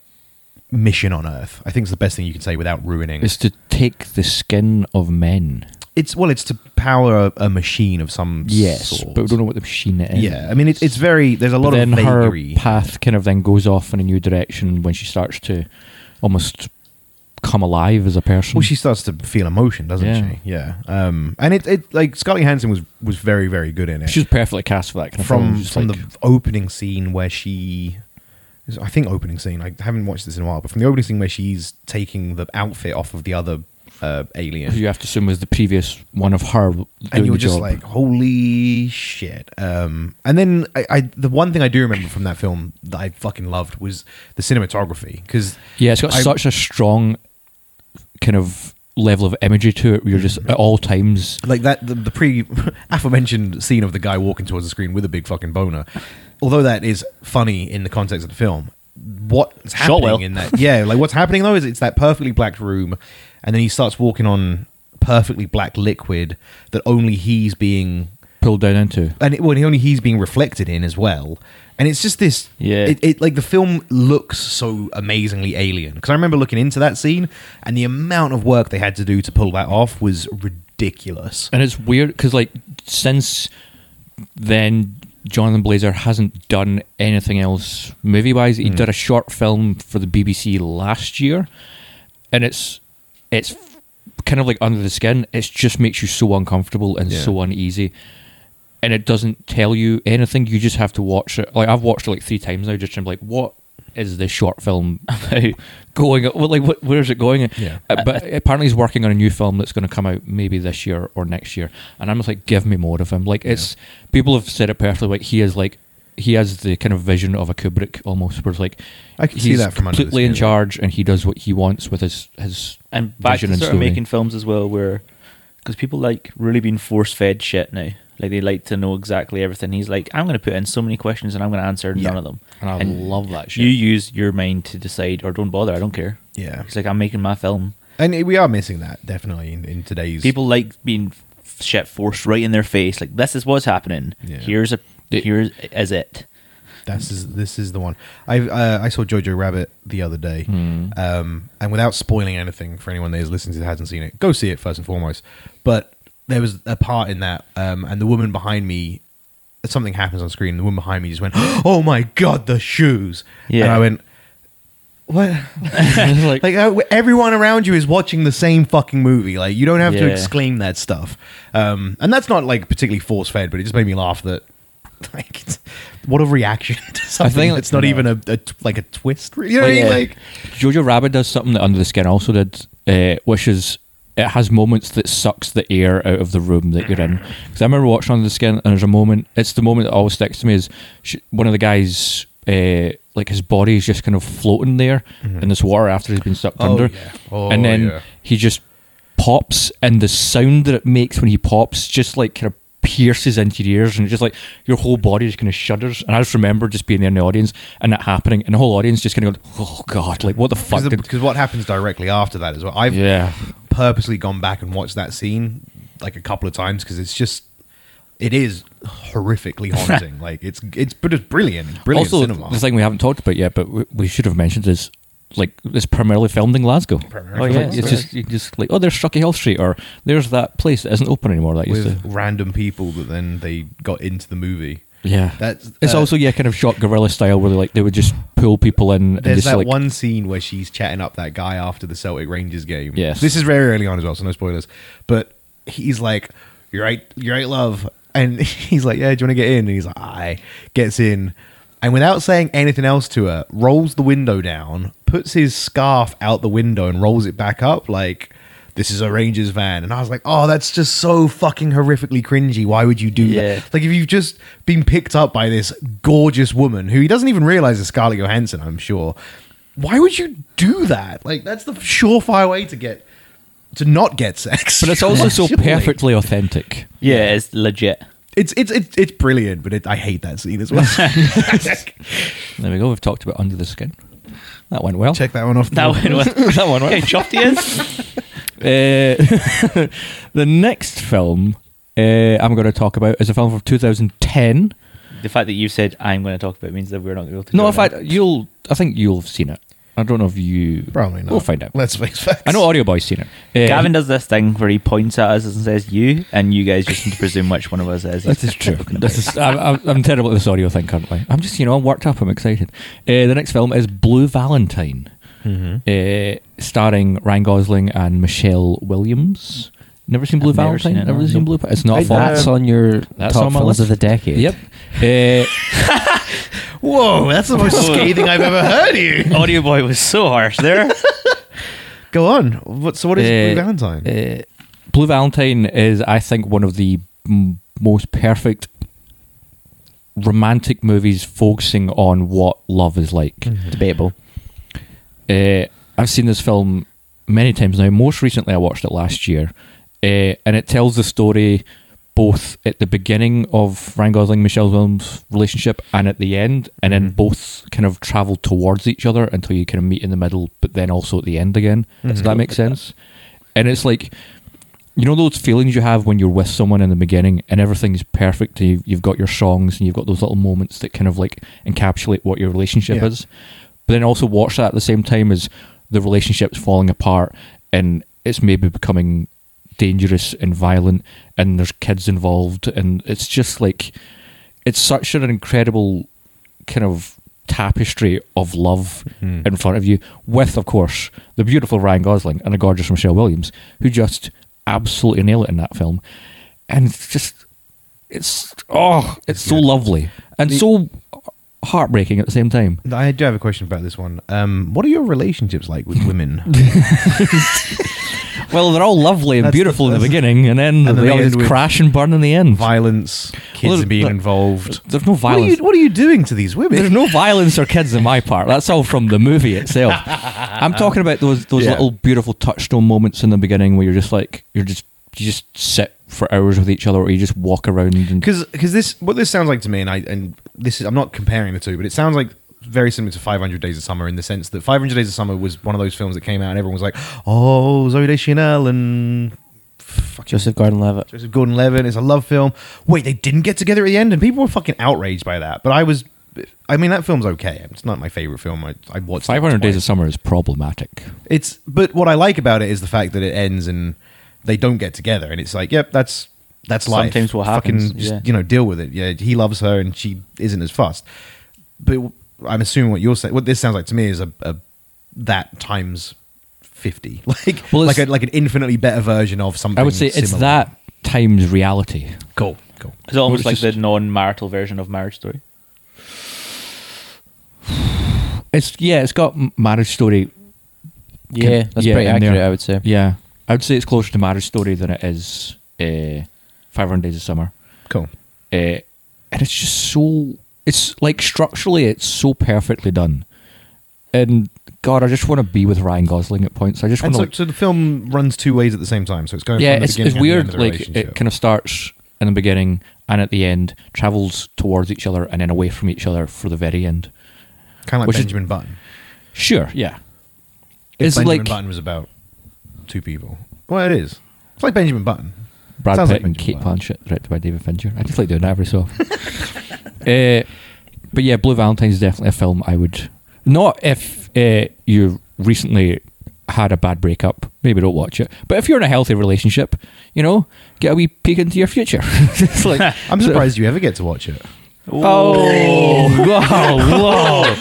[SPEAKER 3] mission on Earth. I think it's the best thing you can say without ruining.
[SPEAKER 2] is to take the skin of men.
[SPEAKER 3] it's well, it's to power a, a machine of some sort.
[SPEAKER 2] but we don't know what the machine it is.
[SPEAKER 3] yeah, I mean, it, it's very. There's a lot
[SPEAKER 2] But
[SPEAKER 3] of
[SPEAKER 2] then her
[SPEAKER 3] vaguery.
[SPEAKER 2] path kind of then goes off in a new direction when she starts to almost come alive as a person.
[SPEAKER 3] Well, she starts to feel emotion, doesn't
[SPEAKER 2] Yeah.
[SPEAKER 3] she? Yeah. Um, and it, it like Scarlett Johansson was was very very good in it.
[SPEAKER 2] She was perfectly cast for that kind of film.
[SPEAKER 3] from
[SPEAKER 2] Just
[SPEAKER 3] from
[SPEAKER 2] like-
[SPEAKER 3] the opening scene where she, I think opening scene. I haven't watched this in a while, but from the opening scene where she's taking the outfit off of the other uh, alien,
[SPEAKER 2] who you have to assume was the previous one of her doing
[SPEAKER 3] and you were
[SPEAKER 2] the
[SPEAKER 3] just
[SPEAKER 2] job.
[SPEAKER 3] like, "Holy shit!" Um, and then I, I, the one thing I do remember from that film that I fucking loved was the cinematography because
[SPEAKER 2] yeah, it's got
[SPEAKER 3] I-
[SPEAKER 2] such a strong kind of level of imagery to it. where You're just at all times.
[SPEAKER 3] like that the, the pre aforementioned scene of the guy walking towards the screen with a big fucking boner although that is funny in the context of the film what's
[SPEAKER 1] Shot
[SPEAKER 3] happening
[SPEAKER 1] well.
[SPEAKER 3] in that yeah like what's happening though is it's that perfectly black room and then he starts walking on perfectly black liquid that only he's being
[SPEAKER 2] Pulled down into.
[SPEAKER 3] and it, well, and only he's being reflected in as well. And it's just this,
[SPEAKER 1] Yeah.
[SPEAKER 3] It, it like the film looks so amazingly alien because I remember looking into that scene and the amount of work they had to do to pull that off was ridiculous.
[SPEAKER 2] And it's weird because, like, since then, Jonathan Blazer hasn't done anything else movie wise. He did a short film for the BBC last year, and it's it's kind of like under the skin. It just makes you so uncomfortable and
[SPEAKER 3] Yeah.
[SPEAKER 2] so uneasy. And it doesn't tell you anything. You just have to watch it. Like I've watched it like three times now. Just I'm like, what is this short film about? Going well, like what, where is it going?
[SPEAKER 3] Yeah.
[SPEAKER 2] Uh, but apparently he's working on a new film that's going to come out maybe this year or next year. And I'm just like, give me more of him. Like it's people have said it perfectly. Like he is like he has the kind of vision of a Kubrick almost, where it's like
[SPEAKER 3] I can
[SPEAKER 2] he's
[SPEAKER 3] see that from under the
[SPEAKER 2] completely in
[SPEAKER 3] skin.
[SPEAKER 2] charge and he does what he wants with his his
[SPEAKER 1] and back
[SPEAKER 2] vision
[SPEAKER 1] to
[SPEAKER 2] and
[SPEAKER 1] sort of
[SPEAKER 2] story.
[SPEAKER 1] making films as well, where because people like really being force fed shit now. Like they like to know exactly everything. He's like, I'm going to put in so many questions and I'm going to answer
[SPEAKER 3] Yeah.
[SPEAKER 1] none of them.
[SPEAKER 2] And I love that shit.
[SPEAKER 1] You use your mind to decide, or don't bother. I don't care.
[SPEAKER 3] Yeah,
[SPEAKER 1] It's like I'm making my film.
[SPEAKER 3] and we are missing that definitely in, in today's
[SPEAKER 1] People like being f- shit forced right in their face. Like this is what's happening.
[SPEAKER 3] Yeah.
[SPEAKER 1] Here's a
[SPEAKER 2] It-
[SPEAKER 1] here's is it.
[SPEAKER 3] This is this is the one. I uh, I saw Jojo Rabbit the other day,
[SPEAKER 1] Hmm.
[SPEAKER 3] um, and without spoiling anything for anyone that is listening to that hasn't seen it, go see it first and foremost. But there was a part in that, um, and the woman behind me, something happens on screen. And the woman behind me just went, "Oh my god, the shoes!" and
[SPEAKER 1] Yeah.
[SPEAKER 3] I went, "What?"
[SPEAKER 2] It's like,
[SPEAKER 3] Like uh, everyone around you is watching the same fucking movie. Like you don't have to
[SPEAKER 1] Yeah.
[SPEAKER 3] exclaim that stuff. Um, and that's not like particularly force fed, but it just made me laugh that like it's, what a reaction to something.
[SPEAKER 2] think, like,
[SPEAKER 3] it's not
[SPEAKER 2] no.
[SPEAKER 3] even a, a t- like a twist. really. You know
[SPEAKER 2] Well,
[SPEAKER 3] what I mean?
[SPEAKER 2] yeah.
[SPEAKER 3] Like
[SPEAKER 2] Jojo Rabbit does something that Under the Skin also did, uh, which is it has moments that sucks the air out of the room that you're in. Because I remember watching Under the Skin, and there's a moment. It's the moment that always sticks to me is sh one of the guys. Uh, like his body is just kind of floating there in this water after he's been sucked
[SPEAKER 3] Mm-hmm. Oh,
[SPEAKER 2] under,
[SPEAKER 3] yeah. Oh,
[SPEAKER 2] and then
[SPEAKER 3] yeah.
[SPEAKER 2] he just pops, and the sound that it makes when he pops just like kind of pierces into your ears, and just like your whole body just kind of shudders. And I just remember just being there in the audience and that happening, and the whole audience just kind of going, "Oh God, like what the fuck?" did-
[SPEAKER 3] because what happens directly after that as well. I've
[SPEAKER 2] Yeah.
[SPEAKER 3] purposely gone back and watched that scene like a couple of times because it's just it is horrifically haunting. like it's it's but it's brilliant, It's brilliant
[SPEAKER 2] also,
[SPEAKER 3] cinema.
[SPEAKER 2] the thing we haven't talked about yet, but we, we should have mentioned is like it's primarily filmed in Glasgow.
[SPEAKER 3] Primarily Oh,
[SPEAKER 2] Like,
[SPEAKER 3] yeah,
[SPEAKER 2] it's
[SPEAKER 3] that's
[SPEAKER 2] just you just like oh, there's Strucky Hill Street, or there's that place that isn't open anymore. That used
[SPEAKER 3] with
[SPEAKER 2] to.
[SPEAKER 3] random people that then they got into the movie.
[SPEAKER 2] Yeah,
[SPEAKER 3] That's-
[SPEAKER 2] it's
[SPEAKER 3] uh,
[SPEAKER 2] also yeah, kind of shot guerrilla style where they like they would just pull people in. and
[SPEAKER 3] There's
[SPEAKER 2] just,
[SPEAKER 3] that
[SPEAKER 2] like,
[SPEAKER 3] one scene where she's chatting up that guy after the Celtic Rangers game.
[SPEAKER 2] Yes.
[SPEAKER 3] This is very early on as well, so no spoilers. But he's like, You're right, you're right, love. And he's like, Yeah, do you want to get in? And he's like, I gets in. And without saying anything else to her, rolls the window down, puts his scarf out the window and rolls it back up like this is a Rangers van. And I was like, oh, that's just so fucking horrifically cringy. Why would you do
[SPEAKER 1] Yeah.
[SPEAKER 3] that? Like if you've just been picked up by this gorgeous woman who he doesn't even realize is Scarlett Johansson, I'm sure. Why would you do that? Like that's the surefire way to get to not get sex.
[SPEAKER 2] but it's also so
[SPEAKER 3] Surely.
[SPEAKER 2] perfectly authentic.
[SPEAKER 1] Yeah, it's legit.
[SPEAKER 3] It's it's it's, it's brilliant, but it, I hate that scene as well.
[SPEAKER 2] There we go. We've talked about Under the Skin. That went well.
[SPEAKER 3] Check that one off. the-
[SPEAKER 1] That one was.
[SPEAKER 2] that one.
[SPEAKER 1] Hey,
[SPEAKER 2] Went.
[SPEAKER 1] chopped he is.
[SPEAKER 2] Uh, the next film uh, I'm going to talk about is a film from 2010.
[SPEAKER 1] The fact that you said I'm going to talk about it means that we're not going to.
[SPEAKER 2] No,
[SPEAKER 1] do
[SPEAKER 2] in
[SPEAKER 1] it now.
[SPEAKER 2] fact, you'll. I think you'll have seen it. I don't know if you.
[SPEAKER 3] Probably not.
[SPEAKER 2] We'll find out.
[SPEAKER 3] Let's face facts.
[SPEAKER 2] I know Audio Boy's seen it. Uh,
[SPEAKER 1] Gavin does this thing where he points at us and says "you," and you guys just need to presume which one of us is.
[SPEAKER 2] This is true. This is. I'm, I'm- I'm terrible at this audio thing currently. I'm just, you know, I'm worked up. I'm excited. Uh, the next film is Blue Valentine, uh, starring Ryan Gosling and Michelle Williams. Never seen Blue
[SPEAKER 1] I've never
[SPEAKER 2] Valentine.
[SPEAKER 1] seen it,
[SPEAKER 2] never
[SPEAKER 1] no.
[SPEAKER 2] seen Blue. It's not a
[SPEAKER 5] That's
[SPEAKER 2] fault.
[SPEAKER 5] on your
[SPEAKER 2] That's
[SPEAKER 5] top
[SPEAKER 2] on my
[SPEAKER 5] films
[SPEAKER 2] list.
[SPEAKER 5] of the decade.
[SPEAKER 2] Yep. Uh,
[SPEAKER 3] Whoa, that's the most scathing I've ever heard you.
[SPEAKER 1] Audio boy was so harsh there.
[SPEAKER 3] Go on. What, so what is
[SPEAKER 2] Uh,
[SPEAKER 3] Blue Valentine?
[SPEAKER 2] Uh, Blue Valentine is, I think, one of the m- most perfect romantic movies focusing on what love is like.
[SPEAKER 5] Debatable.
[SPEAKER 2] Uh, I've seen Eh, this film many times now. Most recently, I watched it last year, uh, and it tells the story both at the beginning of Ryan Gosling Michelle Williams' relationship and at the end, and then both kind of travel towards each other until you kind of meet in the middle, but then also at the end again. Does that make sense? And it's like you know those feelings you have when you're with someone in the beginning and everything's perfect. You've, you've got your songs and you've got those little moments that kind of like encapsulate what your relationship
[SPEAKER 3] Yeah.
[SPEAKER 2] is. But then also watch that at the same time as the relationship's falling apart and it's maybe becoming dangerous and violent and there's kids involved and it's just like it's such an incredible kind of tapestry of love in front of you, with of course the beautiful Ryan Gosling and the gorgeous Michelle Williams, who just absolutely nail it in that film. And it's just it's oh it's, so lovely and so heartbreaking at the same time.
[SPEAKER 3] I do have a question about this one. Um, what are your relationships like with women?
[SPEAKER 2] Well, they're all lovely and
[SPEAKER 3] That's the-
[SPEAKER 2] beautiful in the
[SPEAKER 3] that's the-
[SPEAKER 2] beginning, and then
[SPEAKER 3] and
[SPEAKER 2] they
[SPEAKER 3] the
[SPEAKER 2] all
[SPEAKER 3] end
[SPEAKER 2] just
[SPEAKER 3] with-
[SPEAKER 2] crash and burn in the end.
[SPEAKER 3] violence, kids
[SPEAKER 2] Well,
[SPEAKER 3] being
[SPEAKER 2] look-
[SPEAKER 3] involved.
[SPEAKER 2] There's no
[SPEAKER 3] What are,
[SPEAKER 2] violence.
[SPEAKER 3] you, what are you doing to these women?
[SPEAKER 2] There's no violence or kids in my part. That's all from the movie itself. I'm talking about those those
[SPEAKER 3] Yeah.
[SPEAKER 2] little beautiful touchstone moments in the beginning where you're just like you're just you just sit for hours with each other or you just walk around and
[SPEAKER 3] because because this what this sounds like to me, and I and this is I'm not comparing the two, but it sounds like very similar to 500 Days of Summer in the sense that 500 Days of Summer was one of those films that came out and everyone was like, oh, Zoe Deschanel and
[SPEAKER 5] Joseph Gordon-Levitt.
[SPEAKER 3] Joseph Gordon-Levitt. It's a love film. Wait, they didn't get together at the end, and people were fucking outraged by that. But I was, I mean, that film's okay. It's not my favorite film. I, I watched it
[SPEAKER 2] 500 Days
[SPEAKER 3] twice.
[SPEAKER 2] of Summer is problematic.
[SPEAKER 3] It's but what I like about it is the fact that it ends and they don't get together, and it's like, yep, that's that's life.
[SPEAKER 1] Sometimes what
[SPEAKER 3] Fucking
[SPEAKER 1] happens,
[SPEAKER 3] just,
[SPEAKER 1] yeah.
[SPEAKER 3] You know, deal with it. Yeah, he loves her, and she isn't as fussed. But I'm assuming what you're saying, what this sounds like to me, is a, a that times fifty, like
[SPEAKER 2] Well, it's-
[SPEAKER 3] like a, like an infinitely better version of something.
[SPEAKER 2] I would say it's
[SPEAKER 3] similar.
[SPEAKER 2] that times reality.
[SPEAKER 3] cool, cool.
[SPEAKER 1] It's almost
[SPEAKER 2] it's
[SPEAKER 1] like
[SPEAKER 2] just-
[SPEAKER 1] the non-marital version of Marriage Story.
[SPEAKER 2] It's yeah, it's got M- Marriage Story.
[SPEAKER 5] Yeah, that's
[SPEAKER 2] yeah,
[SPEAKER 5] pretty
[SPEAKER 2] in there.
[SPEAKER 5] accurate, I would say.
[SPEAKER 2] Yeah, I would say it's closer to Marriage Story than it is uh, 500 Days of Summer.
[SPEAKER 3] Cool.
[SPEAKER 2] uh, and it's just so it's like structurally it's so perfectly done and god i just want to be with ryan gosling at points i just want
[SPEAKER 3] And
[SPEAKER 2] to
[SPEAKER 3] so, so the film runs two ways at the same time. So it's going.
[SPEAKER 2] yeah
[SPEAKER 3] from the
[SPEAKER 2] it's,
[SPEAKER 3] beginning
[SPEAKER 2] it's
[SPEAKER 3] and the end
[SPEAKER 2] weird
[SPEAKER 3] of the
[SPEAKER 2] like
[SPEAKER 3] relationship.
[SPEAKER 2] it kind of starts in the beginning and at the end travels towards each other and then away from each other for the very end
[SPEAKER 3] Kinda like
[SPEAKER 2] which is-
[SPEAKER 3] Benjamin Button.
[SPEAKER 2] sure yeah
[SPEAKER 3] If
[SPEAKER 2] it's
[SPEAKER 3] Benjamin
[SPEAKER 2] like
[SPEAKER 3] Button was about two people. Well, it is. It's like Benjamin Button.
[SPEAKER 2] Brad
[SPEAKER 3] Sounds
[SPEAKER 2] Pitt
[SPEAKER 3] like
[SPEAKER 2] and Kate
[SPEAKER 3] Benjamin
[SPEAKER 2] Blanchett, directed by David Fincher. I just like doing that every so often. uh, but yeah, Blue Valentine is definitely a film I would not if uh, you recently had a bad breakup. Maybe don't watch it. But if you're in a healthy relationship, you know, get a wee peek into your future. it's like,
[SPEAKER 3] I'm surprised you ever get to watch it.
[SPEAKER 2] oh, whoa, whoa,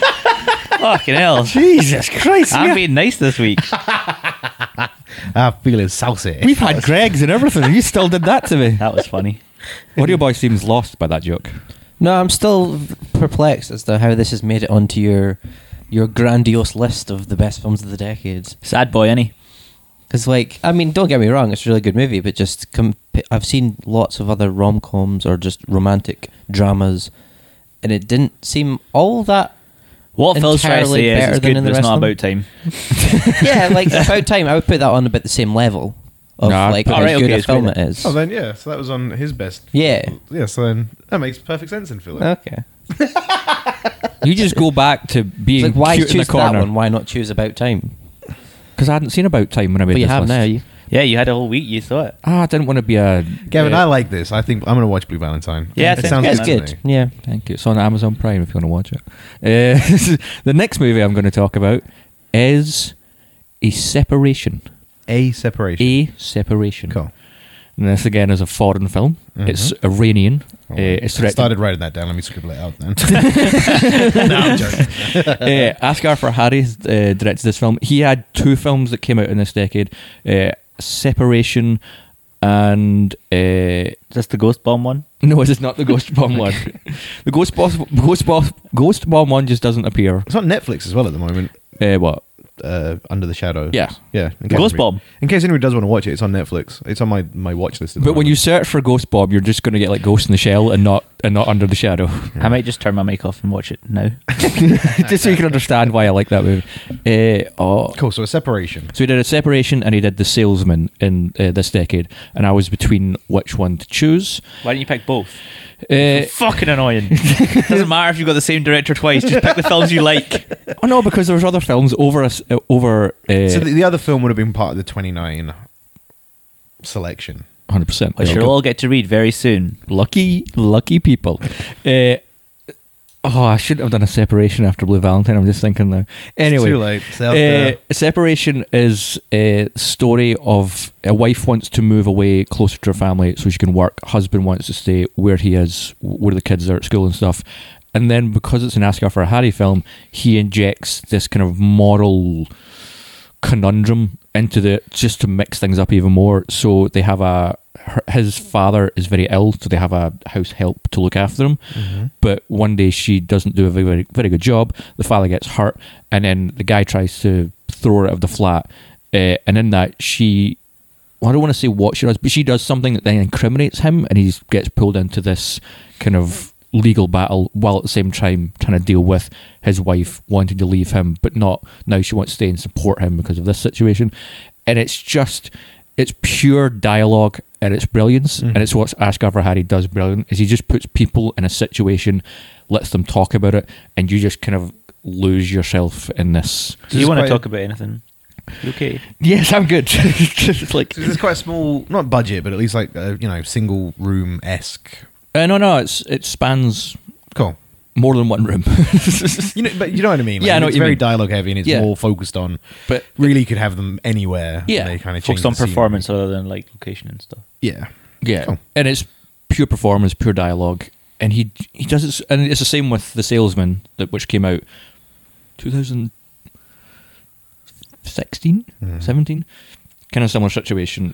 [SPEAKER 1] Fucking hell!
[SPEAKER 2] Jesus Christ!
[SPEAKER 1] I'm
[SPEAKER 2] yeah.
[SPEAKER 1] being nice this week.
[SPEAKER 3] I feel it's saucy.
[SPEAKER 2] We've had Greg's and everything, and you still did that to me.
[SPEAKER 1] That was funny.
[SPEAKER 2] Audio Boy seems lost by that joke.
[SPEAKER 5] No, I'm still perplexed as to how this has made it onto your your grandiose list of the best films of the decade.
[SPEAKER 1] Sad boy, any?
[SPEAKER 5] Because, like, I mean, don't get me wrong, it's a really good movie, but just comp- I've seen lots of other rom coms or just romantic dramas, and it didn't seem all that.
[SPEAKER 1] What Phil's trying to
[SPEAKER 5] Entirely
[SPEAKER 1] say is
[SPEAKER 5] better
[SPEAKER 1] it's
[SPEAKER 5] than
[SPEAKER 1] good,
[SPEAKER 5] in the
[SPEAKER 1] but it's not
[SPEAKER 5] rest of them.
[SPEAKER 1] about time.
[SPEAKER 5] Yeah, like about time. I would put that on about the same level of
[SPEAKER 2] Nah, I'd
[SPEAKER 5] like
[SPEAKER 2] put-
[SPEAKER 5] how
[SPEAKER 1] Alright,
[SPEAKER 5] good
[SPEAKER 1] okay,
[SPEAKER 5] a
[SPEAKER 1] it's
[SPEAKER 5] film
[SPEAKER 1] great.
[SPEAKER 5] it is.
[SPEAKER 3] Oh, then yeah. So that was on his best.
[SPEAKER 5] yeah. Uh,
[SPEAKER 3] Yeah. So then that makes perfect sense in Philip.
[SPEAKER 5] Okay.
[SPEAKER 2] You just go back to
[SPEAKER 5] It's
[SPEAKER 2] being
[SPEAKER 5] like why
[SPEAKER 2] cute in the
[SPEAKER 5] choose that
[SPEAKER 2] corner.
[SPEAKER 5] one? Why not choose about time?
[SPEAKER 2] Because I hadn't seen About Time when I made
[SPEAKER 5] But you
[SPEAKER 2] this
[SPEAKER 5] have
[SPEAKER 2] list.
[SPEAKER 5] now. You
[SPEAKER 1] Yeah, you had a whole week. You saw it.
[SPEAKER 2] Ah, I didn't want to be a.
[SPEAKER 3] Gavin,
[SPEAKER 2] uh,
[SPEAKER 3] I like this. I think I'm going to watch Blue Valentine.
[SPEAKER 1] Yeah,
[SPEAKER 3] it
[SPEAKER 1] same.
[SPEAKER 3] sounds
[SPEAKER 1] Yeah,
[SPEAKER 5] it's
[SPEAKER 1] it's
[SPEAKER 3] to
[SPEAKER 5] good.
[SPEAKER 3] me.
[SPEAKER 5] Yeah.
[SPEAKER 2] Thank you. It's on Amazon Prime if you want to watch it. Uh, the next movie I'm going to talk about is A Separation.
[SPEAKER 3] A separation.
[SPEAKER 2] A Separation.
[SPEAKER 3] Cool. Mm-hmm.
[SPEAKER 2] And this again is a foreign film. It's Iranian.
[SPEAKER 3] Oh,
[SPEAKER 2] Uh, it's
[SPEAKER 3] I
[SPEAKER 2] directed
[SPEAKER 3] started writing that down. Let me scribble it out then. no, I'm joking.
[SPEAKER 2] uh, Asghar Farhadi uh, directed this film. He had two films that came out in this decade uh, Separation and. Uh,
[SPEAKER 1] Just the ghost bomb one.
[SPEAKER 2] no, this is not the Ghost Bomb one. The Ghost, Boss, Ghost, Boss, Ghost Bomb one just doesn't appear.
[SPEAKER 3] It's on Netflix as well at the moment.
[SPEAKER 2] Uh, what?
[SPEAKER 3] uh, Under the Shadow.
[SPEAKER 2] Yeah.
[SPEAKER 3] yeah. In
[SPEAKER 1] Ghost
[SPEAKER 3] anybody-
[SPEAKER 1] Bomb.
[SPEAKER 3] In case anybody does want to watch it, it's on Netflix. It's on my my watch list. at the
[SPEAKER 2] But when you
[SPEAKER 3] moment.
[SPEAKER 2] search for Ghost Bob, you're just going to get like Ghost in the Shell and not and not Under the Shadow.
[SPEAKER 1] I might just turn my mic off and watch it now.
[SPEAKER 2] just so you can understand why I like that movie. Uh, oh.
[SPEAKER 3] cool, so a separation.
[SPEAKER 2] So he did a separation and he did the salesman in uh, this decade, and I was between which one to choose.
[SPEAKER 1] Why don't you pick both?
[SPEAKER 2] Uh,
[SPEAKER 1] Fucking annoying. Doesn't matter if you've got the same director twice. Just pick the films you like.
[SPEAKER 2] oh no, because there was other films over us uh, over hundred
[SPEAKER 3] So the, the other film would have been part of the twenty nine selection.
[SPEAKER 2] percent.
[SPEAKER 1] Which you'll all get to read very soon.
[SPEAKER 2] lucky, lucky people. Uh, oh, I shouldn't have done a separation after Blue Valentine. I'm just thinking now. Anyway,
[SPEAKER 3] too late. It's out
[SPEAKER 2] uh,
[SPEAKER 3] there.
[SPEAKER 2] separation is a story of a wife wants to move away closer to her family so she can work. Husband wants to stay where he is, where the kids are at school and stuff. And then because it's an Oscar for a Harry film, he injects this kind of moral conundrum into the just to mix things up even more. So they have a her, his father is very ill, so they have a house help to look after him. But one day she doesn't do a very, very very good job. The father gets hurt, and then the guy tries to throw her out of the flat. Uh, and in that, she well, I don't want to say what she does, but she does something that then incriminates him, and he gets pulled into this kind of legal battle while at the same time trying to deal with his wife wanting to leave him, but not now she wants to stay and support him because of this situation. And it's just, it's pure dialogue and it's brilliance, and it's what Asghar Farhadi does brilliant is he just puts people in a situation, lets them talk about it, and you just kind of lose yourself in this.
[SPEAKER 1] Do
[SPEAKER 3] is
[SPEAKER 1] you want to
[SPEAKER 3] quite a-
[SPEAKER 1] talk about anything? You okay.
[SPEAKER 2] Yes, I'm good. it's like
[SPEAKER 3] So this is quite a small, not budget, but at least like uh, you know, single room esque.
[SPEAKER 2] uh, no, no, it's it spans
[SPEAKER 3] Cool.
[SPEAKER 2] more than one room.
[SPEAKER 3] You know, but you know what I mean.
[SPEAKER 2] Yeah, I know what
[SPEAKER 3] it's
[SPEAKER 2] you
[SPEAKER 3] very
[SPEAKER 2] mean.
[SPEAKER 3] dialogue heavy, and it's
[SPEAKER 2] Yeah.
[SPEAKER 3] more focused on.
[SPEAKER 2] But-
[SPEAKER 3] really, could have them anywhere. and
[SPEAKER 2] Yeah.
[SPEAKER 3] they kind of
[SPEAKER 1] Focused on performance rather than like location and stuff.
[SPEAKER 3] Yeah,
[SPEAKER 2] yeah,
[SPEAKER 3] Cool.
[SPEAKER 2] and it's pure performance, pure dialogue, and he he does it, s- and it's the same with the salesman that which came out 2016,
[SPEAKER 3] Mm-hmm.
[SPEAKER 2] 17, kind of similar situation.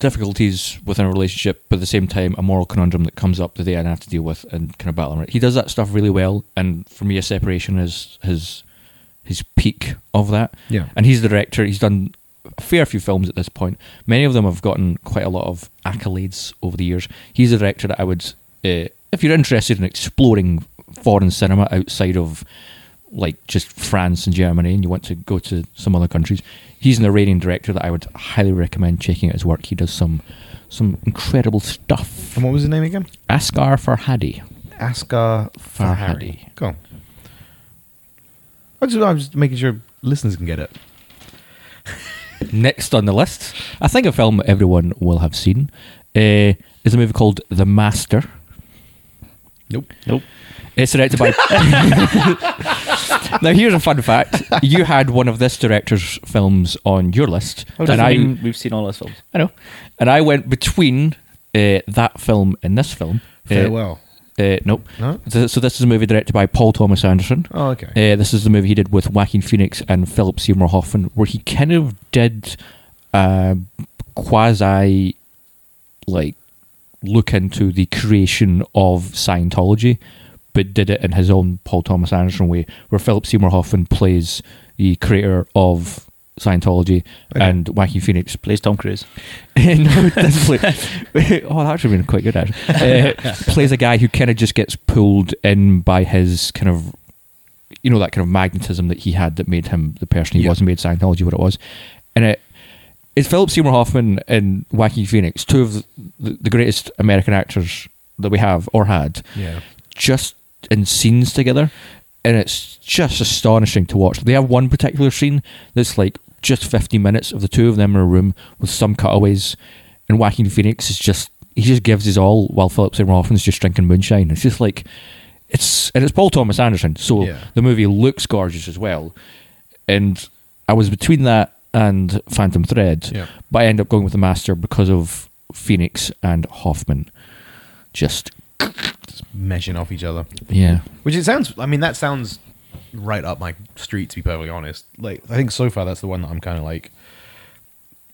[SPEAKER 2] Difficulties within a relationship, but at the same time, a moral conundrum that comes up that they then have to deal with and kind of battle on it. He does that stuff really well, and for me, a separation is his his peak of that.
[SPEAKER 3] Yeah.
[SPEAKER 2] and he's the director. He's done a fair few films at this point. Many of them have gotten quite a lot of accolades over the years. He's a director that I would, uh, if you're interested in exploring foreign cinema outside of like just France and Germany, and you want to go to some other countries, he's an Iranian director that I would highly recommend checking out his work. He does some some incredible stuff.
[SPEAKER 3] And what was his name again?
[SPEAKER 2] Asghar Farhadi.
[SPEAKER 3] Asghar Farhadi.
[SPEAKER 2] Farhadi.
[SPEAKER 3] Cool. I just, I'm just making sure listeners can get it.
[SPEAKER 2] Next on the list, I think a film everyone will have seen uh, is a movie called The Master.
[SPEAKER 3] Nope.
[SPEAKER 1] Nope.
[SPEAKER 2] It's directed by. now, here's a fun fact: you had one of this director's films on your list, and I,
[SPEAKER 1] Oh, mean we've seen all those films.
[SPEAKER 2] I know, and I went between uh, that film and this film. Uh,
[SPEAKER 3] Farewell.
[SPEAKER 2] Uh, nope.
[SPEAKER 3] No?
[SPEAKER 2] So, so this is a movie directed by Paul Thomas Anderson.
[SPEAKER 3] Oh, okay.
[SPEAKER 2] Uh, this is the movie he did with Joaquin Phoenix and Philip Seymour Hoffman, where he kind of did uh, quasi like look into the creation of Scientology, but did it in his own Paul Thomas Anderson way, where Philip Seymour Hoffman plays the creator of Scientology
[SPEAKER 3] Okay.
[SPEAKER 2] and Joaquin Phoenix
[SPEAKER 1] Plays Tom Cruise.
[SPEAKER 2] no, it doesn't play. oh, that actually been quite good. Actually, uh, plays a guy who kind of just gets pulled in by his kind of, you know, that kind of magnetism that he had that made him the person he
[SPEAKER 3] Yeah.
[SPEAKER 2] was and made Scientology what it was, and it. It's Philip Seymour Hoffman and Wacky Phoenix, two of the, the greatest American actors that we have or had
[SPEAKER 3] yeah.
[SPEAKER 2] just in scenes together, and it's just astonishing to watch. They have one particular scene that's like just 50 minutes of the two of them in a room with some cutaways, and Joaquin Phoenix is just he just gives his all while Philip Seymour Hoffman's just drinking moonshine. It's just like it's and it's Paul Thomas Anderson, so
[SPEAKER 3] Yeah.
[SPEAKER 2] the movie looks gorgeous as well. And I was between that and Phantom Thread,
[SPEAKER 3] Yeah.
[SPEAKER 2] but I end up going with the Master because of Phoenix and Hoffman. Just
[SPEAKER 3] Meshing off each other.
[SPEAKER 2] yeah,
[SPEAKER 3] Which it sounds, I mean, that sounds right up my street, to be perfectly honest. Like, I think so far that's the one that I'm kind of like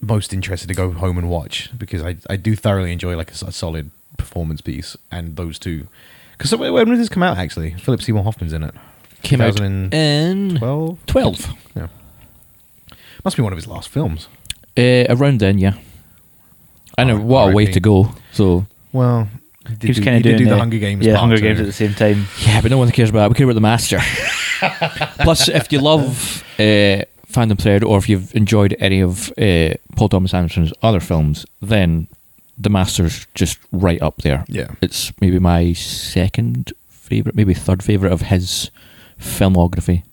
[SPEAKER 3] most interested to go home and watch because I, I do thoroughly enjoy like a, s- a solid performance piece and those two. Because when when did this come out actually? Philip Seymour Hoffman's in it.
[SPEAKER 2] Hmm. came out
[SPEAKER 3] 2012?
[SPEAKER 2] in 12.
[SPEAKER 3] Yeah. Must be one of his last films.
[SPEAKER 2] Uh, around then, yeah. I know
[SPEAKER 3] Alright,
[SPEAKER 2] what a way
[SPEAKER 3] alright,
[SPEAKER 2] to go. So
[SPEAKER 3] Well, he did,
[SPEAKER 1] he was
[SPEAKER 3] do,
[SPEAKER 1] kind
[SPEAKER 3] he
[SPEAKER 1] of
[SPEAKER 3] did
[SPEAKER 1] doing
[SPEAKER 3] do the
[SPEAKER 1] uh,
[SPEAKER 3] Hunger Games.
[SPEAKER 1] Yeah,
[SPEAKER 3] part
[SPEAKER 1] Hunger
[SPEAKER 3] too.
[SPEAKER 1] Games at the same time.
[SPEAKER 2] yeah, but no one cares about that. We care about the master. Plus, if you love uh, Phantom Thread, or if you've enjoyed any of uh, Paul Thomas Anderson's other films, then the master's just right up there.
[SPEAKER 3] Yeah.
[SPEAKER 2] It's maybe my second favorite, maybe third favorite of his filmography.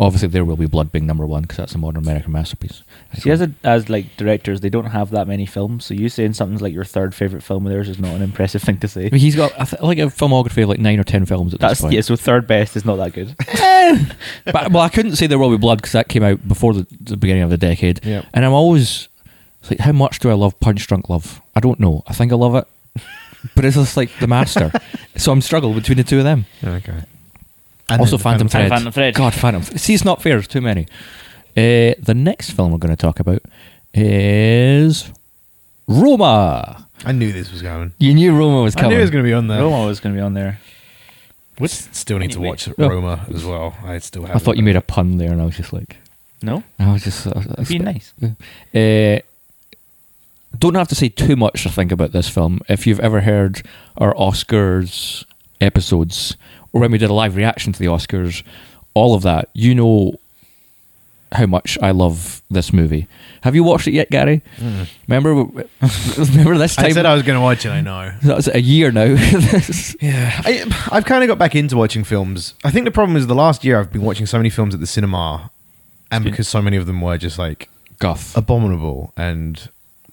[SPEAKER 2] Obviously, there will be Blood being number one because that's a modern American masterpiece.
[SPEAKER 1] See, as, a, as like directors, they don't have that many films. So you saying something's like your third favorite film of theirs is not an impressive thing to say.
[SPEAKER 2] I mean, he's got I th- like a filmography of like nine or ten films at
[SPEAKER 1] That's
[SPEAKER 2] this point. Eh.
[SPEAKER 1] yeah. So third best is not that good.
[SPEAKER 2] but well, I couldn't say there will be blood because that came out before the, the beginning of the decade.
[SPEAKER 3] Yep.
[SPEAKER 2] And I'm always it's like, how much do I love Punch Drunk Love? I don't know. I think I love it, but it's just like the master. so I'm struggling between the two of them.
[SPEAKER 3] Okay. And
[SPEAKER 2] also,
[SPEAKER 3] then the
[SPEAKER 2] Phantom, Thread.
[SPEAKER 1] Phantom Thread.
[SPEAKER 2] God, Phantom. Thread. See, it's not fair. There's too many. Uh, the next film we're going to talk about is Roma.
[SPEAKER 3] I knew this was going.
[SPEAKER 2] You knew Roma was
[SPEAKER 3] I
[SPEAKER 2] coming.
[SPEAKER 3] knew it was going to be on there.
[SPEAKER 1] Roma was going to be on there.
[SPEAKER 3] We still need to
[SPEAKER 2] Anyway.
[SPEAKER 3] watch
[SPEAKER 2] Oh.
[SPEAKER 3] Roma as well. I still have.
[SPEAKER 2] I thought you made a pun there, and I was just like,
[SPEAKER 1] No,
[SPEAKER 2] I was just I was- I
[SPEAKER 1] it'd be
[SPEAKER 2] was-
[SPEAKER 1] nice.
[SPEAKER 2] Uh, don't have to say too much to think about this film. If you've ever heard our Oscars episodes, or when we did a live reaction to the Oscars, all of that, you know how much I love this movie. Have you watched it yet, Gary?
[SPEAKER 3] Mm.
[SPEAKER 2] Remember, remember this time?
[SPEAKER 3] I said I was going to watch it. I know.
[SPEAKER 2] that's a year now.
[SPEAKER 3] Yeah, I, I've kind of got back into watching films. I think the problem is the last year I've been watching so many films at the cinema, and because so many of them were just like
[SPEAKER 2] Guff.
[SPEAKER 3] abominable and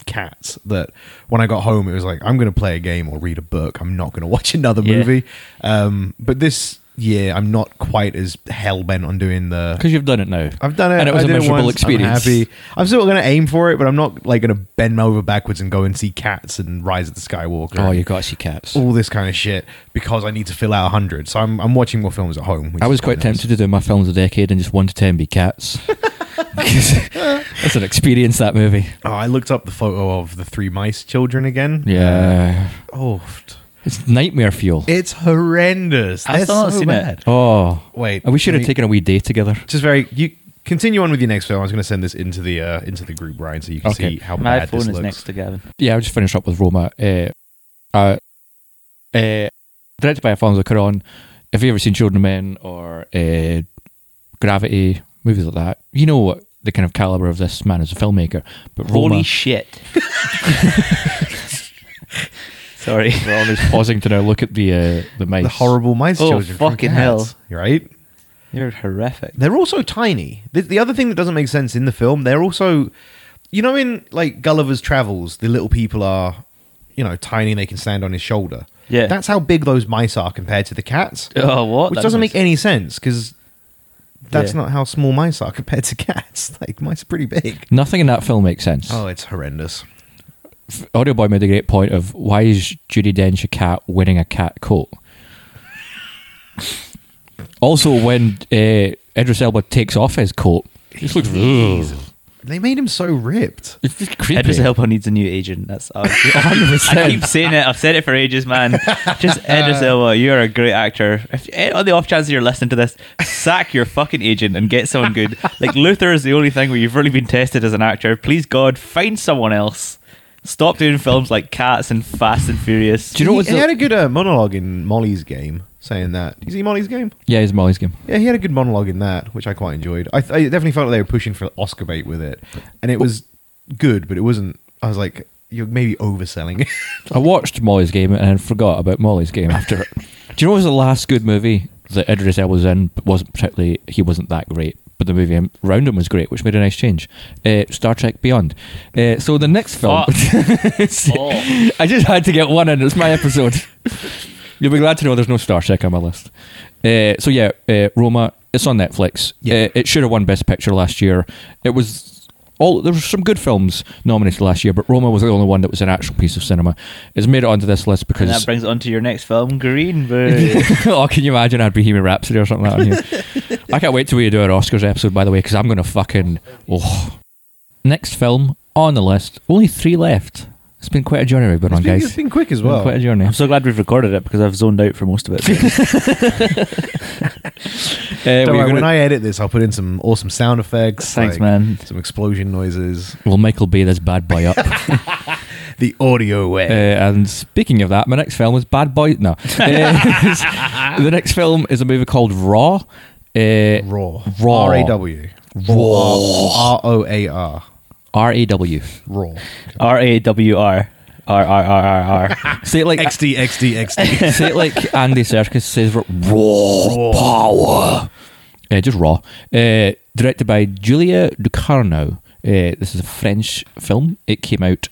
[SPEAKER 3] cats that when I got home it was like I'm going to play a game or read a book. I'm not going to watch another
[SPEAKER 1] Yeah.
[SPEAKER 3] movie. Um, but this year I'm not quite as hell bent on doing the
[SPEAKER 2] Because you've done it now.
[SPEAKER 3] I've done it.
[SPEAKER 2] And it was
[SPEAKER 3] I
[SPEAKER 2] a
[SPEAKER 3] did
[SPEAKER 2] miserable
[SPEAKER 3] once,
[SPEAKER 2] experience.
[SPEAKER 3] I'm happy. I'm still going to aim for it, but I'm not like going to bend over backwards and go and see Cats and Rise of the Skywalker.
[SPEAKER 2] Oh,
[SPEAKER 3] and
[SPEAKER 2] you've got to see cats.
[SPEAKER 3] all this kind of shit because I need to fill out hundred. So I'm I'm watching more films at home. which
[SPEAKER 2] I was
[SPEAKER 3] is
[SPEAKER 2] quite
[SPEAKER 3] nice.
[SPEAKER 2] tempted to do my films of the decade and just one to ten be cats. 'Cause that's an experience that movie.
[SPEAKER 3] Oh, I looked up the photo of the three mice children again.
[SPEAKER 2] Yeah,
[SPEAKER 3] Oh, pfft.
[SPEAKER 2] Uh, it's nightmare fuel.
[SPEAKER 3] it's horrendous.
[SPEAKER 1] I've
[SPEAKER 3] They're
[SPEAKER 1] still not
[SPEAKER 3] so
[SPEAKER 1] seen it.
[SPEAKER 3] bad.
[SPEAKER 2] Oh,
[SPEAKER 3] Wait,
[SPEAKER 2] we should
[SPEAKER 3] let
[SPEAKER 2] have
[SPEAKER 3] me-
[SPEAKER 2] taken a wee day together.
[SPEAKER 3] Just very you. Continue on with your next film. I was going to send this into the uh, into the group, Brian, so you can
[SPEAKER 2] Okay.
[SPEAKER 3] see how
[SPEAKER 1] My
[SPEAKER 3] bad
[SPEAKER 1] phone
[SPEAKER 3] this
[SPEAKER 1] is
[SPEAKER 3] looks.
[SPEAKER 1] next to Gavin.
[SPEAKER 2] Yeah, I'll just finish up with Roma. Uh, uh, uh, directed by Alfonso Cuarón. If you ever seen Children of Men or uh, Gravity, movies like that, you know what the kind of caliber of this man as a filmmaker. But Roma,
[SPEAKER 1] Holy shit! Sorry.
[SPEAKER 2] we're always pausing to now look at the uh, the mice.
[SPEAKER 3] The horrible mice
[SPEAKER 1] Oh,
[SPEAKER 3] children. from
[SPEAKER 1] fucking
[SPEAKER 3] Cats,
[SPEAKER 1] hell.
[SPEAKER 3] Right.
[SPEAKER 1] You're horrific.
[SPEAKER 3] They're also tiny. The, the other thing that doesn't make sense in the film, they're also, you know, in like Gulliver's Travels, the little people are, you know, tiny and they can stand on his shoulder.
[SPEAKER 1] Yeah.
[SPEAKER 3] That's how big those mice are compared to the cats.
[SPEAKER 1] Oh, what?
[SPEAKER 3] Which
[SPEAKER 1] That
[SPEAKER 3] doesn't
[SPEAKER 1] makes-
[SPEAKER 3] make any sense because that's
[SPEAKER 1] Yeah.
[SPEAKER 3] not how small mice are compared to cats. Like, mice are pretty big.
[SPEAKER 2] Nothing in that film makes sense.
[SPEAKER 3] Oh, it's horrendous.
[SPEAKER 2] Audio Boy made a great point of why is Judy Dench a cat wearing a cat coat? also, when uh, Idris Elba takes off his coat, it just looks Ugh.
[SPEAKER 3] They made him so ripped.
[SPEAKER 2] it's just creepy.
[SPEAKER 1] Edris Elba needs a new agent. That's I I
[SPEAKER 2] 100%.
[SPEAKER 1] keep saying it. I've said it for ages, man. Just Edris Elba, you're a great actor. If eh, on the off chance that you're listening to this, sack your fucking agent and get someone good. Like Luther is the only thing where you've really been tested as an actor. Please God, find someone else. Stop doing films like Cats and Fast and Furious.
[SPEAKER 2] Do you know
[SPEAKER 3] he,
[SPEAKER 2] what's
[SPEAKER 3] he
[SPEAKER 2] the-
[SPEAKER 3] had a good uh, monologue in Molly's game saying that. You see Molly's game?
[SPEAKER 2] Yeah, it's Molly's game.
[SPEAKER 3] Yeah, he had a good monologue in that, which I quite enjoyed. I, I definitely felt like they were pushing for Oscar bait with it, and it was good, but it wasn't. I was like, you're maybe overselling. it.
[SPEAKER 2] I watched Molly's game and then forgot about Molly's game after it. Do you know what was the last good movie that Idris Elba was in? But wasn't particularly he wasn't that great, but the movie around him was great, which made a nice change. Uh, Star Trek Beyond. Uh, so the next film.
[SPEAKER 1] Fuck. Oh.
[SPEAKER 2] I just had to get one in. It's my episode. You'll be glad to know there's no Star Trek on my list. Uh, so yeah, uh, Roma. It's on Netflix.
[SPEAKER 3] Yeah.
[SPEAKER 2] Uh, it should have won Best Picture last year. It was all there were some good films nominated last year, but Roma was the only one that was an actual piece of cinema. It's made it onto this list
[SPEAKER 1] And that
[SPEAKER 2] because
[SPEAKER 1] brings it on to your next film, Green Book.
[SPEAKER 2] oh, can you imagine? I'd Bohemian Rhapsody or something like that. On here. I can't wait till we do our Oscars episode, by the way, because I'm going to fucking oh. Next film on the list, only three left. It's been quite a journey we've been on,
[SPEAKER 3] It's been,
[SPEAKER 2] guys.
[SPEAKER 3] it's been quick as
[SPEAKER 2] Been
[SPEAKER 3] well.
[SPEAKER 2] quite a journey.
[SPEAKER 1] I'm so glad we've recorded it because I've zoned out for most of it.
[SPEAKER 2] Uh,
[SPEAKER 3] Don't
[SPEAKER 2] we're
[SPEAKER 3] worry,
[SPEAKER 2] gonna-
[SPEAKER 3] when I edit this, I'll put in some awesome sound effects.
[SPEAKER 1] Thanks,
[SPEAKER 3] like
[SPEAKER 1] man.
[SPEAKER 3] Some explosion noises.
[SPEAKER 2] We'll Michael Bay this bad boy up. uh,
[SPEAKER 3] The audio way.
[SPEAKER 2] and speaking of that, my next film is Bad Boy. No, Uh, the next film is a movie called Raw. Uh,
[SPEAKER 3] raw.
[SPEAKER 2] Raw.
[SPEAKER 3] R A W. Raw. R O A R.
[SPEAKER 2] R A W.
[SPEAKER 3] Raw.
[SPEAKER 1] R A W R R R R R R.
[SPEAKER 2] Say it like
[SPEAKER 3] X D X D X D.
[SPEAKER 2] say it like Andy Serkis says raw, raw power. Uh, just raw. Uh, directed by Julia Ducarno. Uh, this is a French film. It came out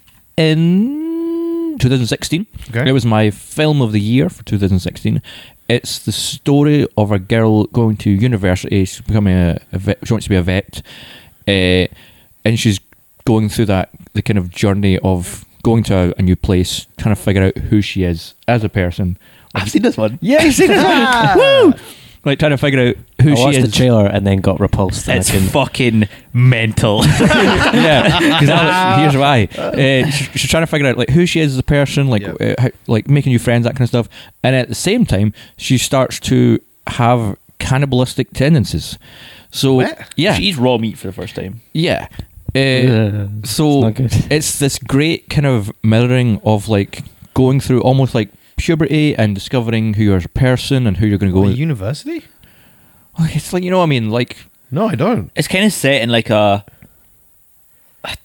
[SPEAKER 2] in 2016.
[SPEAKER 3] Okay.
[SPEAKER 2] It was my film of the year for 2016. It's the story of a girl going to university. She's becoming a, a vet. She wants to be a vet, uh, and she's going through that the kind of journey of going to a, a new place, trying to figure out who she is as a person.
[SPEAKER 1] I've seen this one.
[SPEAKER 2] Yeah, you see
[SPEAKER 3] Ah!
[SPEAKER 2] that? Woo! Like trying to figure out who
[SPEAKER 5] I
[SPEAKER 2] she
[SPEAKER 5] watched
[SPEAKER 2] is.
[SPEAKER 5] Oh, the trailer and then got repulsed. and I
[SPEAKER 1] It's
[SPEAKER 5] couldn't-
[SPEAKER 1] fucking mental.
[SPEAKER 2] yeah, because here's why. Uh, she- she's trying to figure out like who she is as a person, like
[SPEAKER 3] Yep.
[SPEAKER 2] uh, how, like making new friends, that kind of stuff. And at the same time, she starts to have cannibalistic tendencies. So
[SPEAKER 3] What?
[SPEAKER 2] yeah,
[SPEAKER 1] She eats raw meat for the first time.
[SPEAKER 2] yeah.
[SPEAKER 5] Yeah,
[SPEAKER 2] Uh, so
[SPEAKER 5] not good.
[SPEAKER 2] it's this great kind of mirroring of like going through almost like puberty and discovering who you are as a person and who you're going to go.
[SPEAKER 3] What,
[SPEAKER 2] with.
[SPEAKER 3] university?
[SPEAKER 2] it's like you know what I mean, like
[SPEAKER 3] No, I don't.
[SPEAKER 1] It's kind of set in like a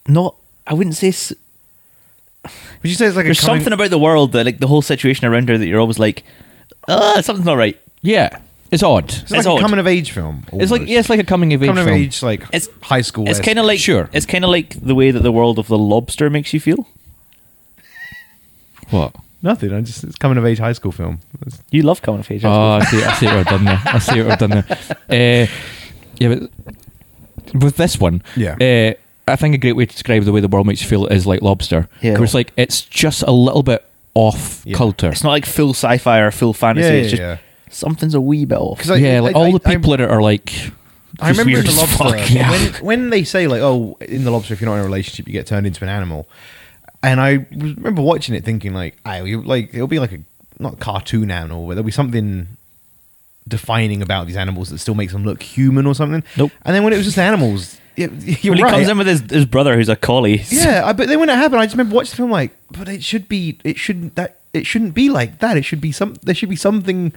[SPEAKER 1] not. I wouldn't say s-
[SPEAKER 3] Would you say it's like
[SPEAKER 1] there's
[SPEAKER 3] a coming-
[SPEAKER 1] something about the world that like the whole situation around her that you're always like, ah, something's not right.
[SPEAKER 2] yeah, it's odd.
[SPEAKER 3] It's like
[SPEAKER 1] It's
[SPEAKER 3] a
[SPEAKER 1] old.
[SPEAKER 3] coming of age film.
[SPEAKER 2] It's like
[SPEAKER 3] almost.
[SPEAKER 2] yeah, it's like a coming of age
[SPEAKER 3] coming of
[SPEAKER 2] film.
[SPEAKER 3] age like
[SPEAKER 1] It's-
[SPEAKER 3] high school.
[SPEAKER 1] It's kind of like
[SPEAKER 2] Sure.
[SPEAKER 1] It's kind of like the way that the world of the lobster makes you feel.
[SPEAKER 2] What?
[SPEAKER 3] nothing. I just it's coming of age high school film. It's-
[SPEAKER 1] You love coming of age.
[SPEAKER 2] Oh, I see, I see what I've done there. I see what I've done there. Uh, yeah, but with this one,
[SPEAKER 3] Yeah.
[SPEAKER 2] uh, I think a great way to describe the way the world makes you feel is like lobster.
[SPEAKER 1] Yeah.
[SPEAKER 2] where it's like it's just a little bit off
[SPEAKER 3] Yeah.
[SPEAKER 2] culture.
[SPEAKER 1] It's not like full sci-fi or full fantasy.
[SPEAKER 3] Yeah,
[SPEAKER 1] it's
[SPEAKER 3] yeah,
[SPEAKER 1] just
[SPEAKER 3] yeah.
[SPEAKER 1] something's a wee bit off.
[SPEAKER 3] 'Cause I-
[SPEAKER 2] yeah, like all
[SPEAKER 3] I-
[SPEAKER 2] the
[SPEAKER 3] I-
[SPEAKER 2] people in it are like,
[SPEAKER 3] I
[SPEAKER 1] Just
[SPEAKER 3] remember in
[SPEAKER 1] weird
[SPEAKER 3] the
[SPEAKER 1] as
[SPEAKER 3] lobster
[SPEAKER 1] fuck, yeah.
[SPEAKER 3] when, when they say like, oh, in the lobster, if you're not in a relationship, you get turned into an animal. And I was- remember watching it, thinking like, I like it'll be like a not cartoon animal, but there'll be something defining about these animals that still makes them look human or something.
[SPEAKER 1] Nope.
[SPEAKER 3] And then when it was just animals, it, you're
[SPEAKER 1] When he
[SPEAKER 3] right.
[SPEAKER 1] comes in with his, his brother, who's a collie,
[SPEAKER 3] yeah, I, but then when it happened, I just remember watching the film like, but it should be, it shouldn't that it shouldn't be like that. It should be some. There should be something.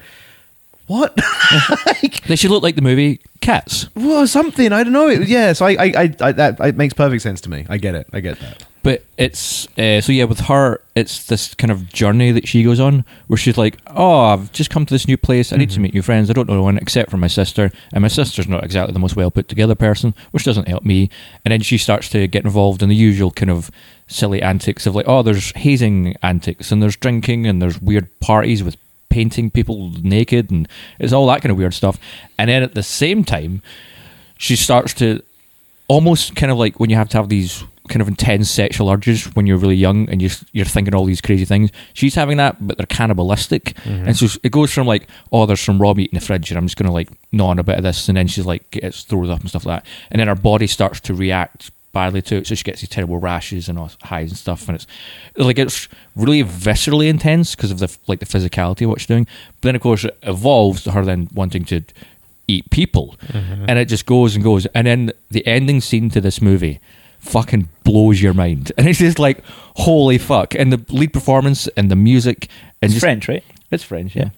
[SPEAKER 3] What? like,
[SPEAKER 2] they should look like the movie Cats.
[SPEAKER 3] well, something I don't know. It, yeah, so I, I, I, I that it makes perfect sense to me. I get it. I get that.
[SPEAKER 2] But it's uh, so yeah. With her, it's this kind of journey that she goes on, where she's like, "Oh, I've just come to this new place. I need to meet new friends. I don't know anyone except for my sister, and my sister's not exactly the most well put together person, which doesn't help me." And then she starts to get involved in the usual kind of silly antics of like, "Oh, there's hazing antics, and there's drinking, and there's weird parties with painting people naked, and it's all that kind of weird stuff." And then at the same time, she starts to almost kind of like when you have to have these kind of intense sexual urges when you're really young and you're, you're thinking all these crazy things. She's having that, but they're cannibalistic. And so it goes from like, oh, there's some raw meat in the fridge and I'm just going to like gnaw on a bit of this. And then she's like, gets throws up and stuff like that. And then her body starts to react badly to it. So she gets these terrible rashes and all- highs and stuff. And it's like, it's really viscerally intense because of the, like the physicality of what she's doing. But then of course it evolves to her then wanting to eat people.
[SPEAKER 1] Mm-hmm.
[SPEAKER 2] And it just goes and goes. And then the ending scene to this movie fucking blows your mind. And it's just like, holy fuck. And the lead performance and the music and
[SPEAKER 1] it's
[SPEAKER 2] just
[SPEAKER 1] French, right?
[SPEAKER 2] it's French, yeah.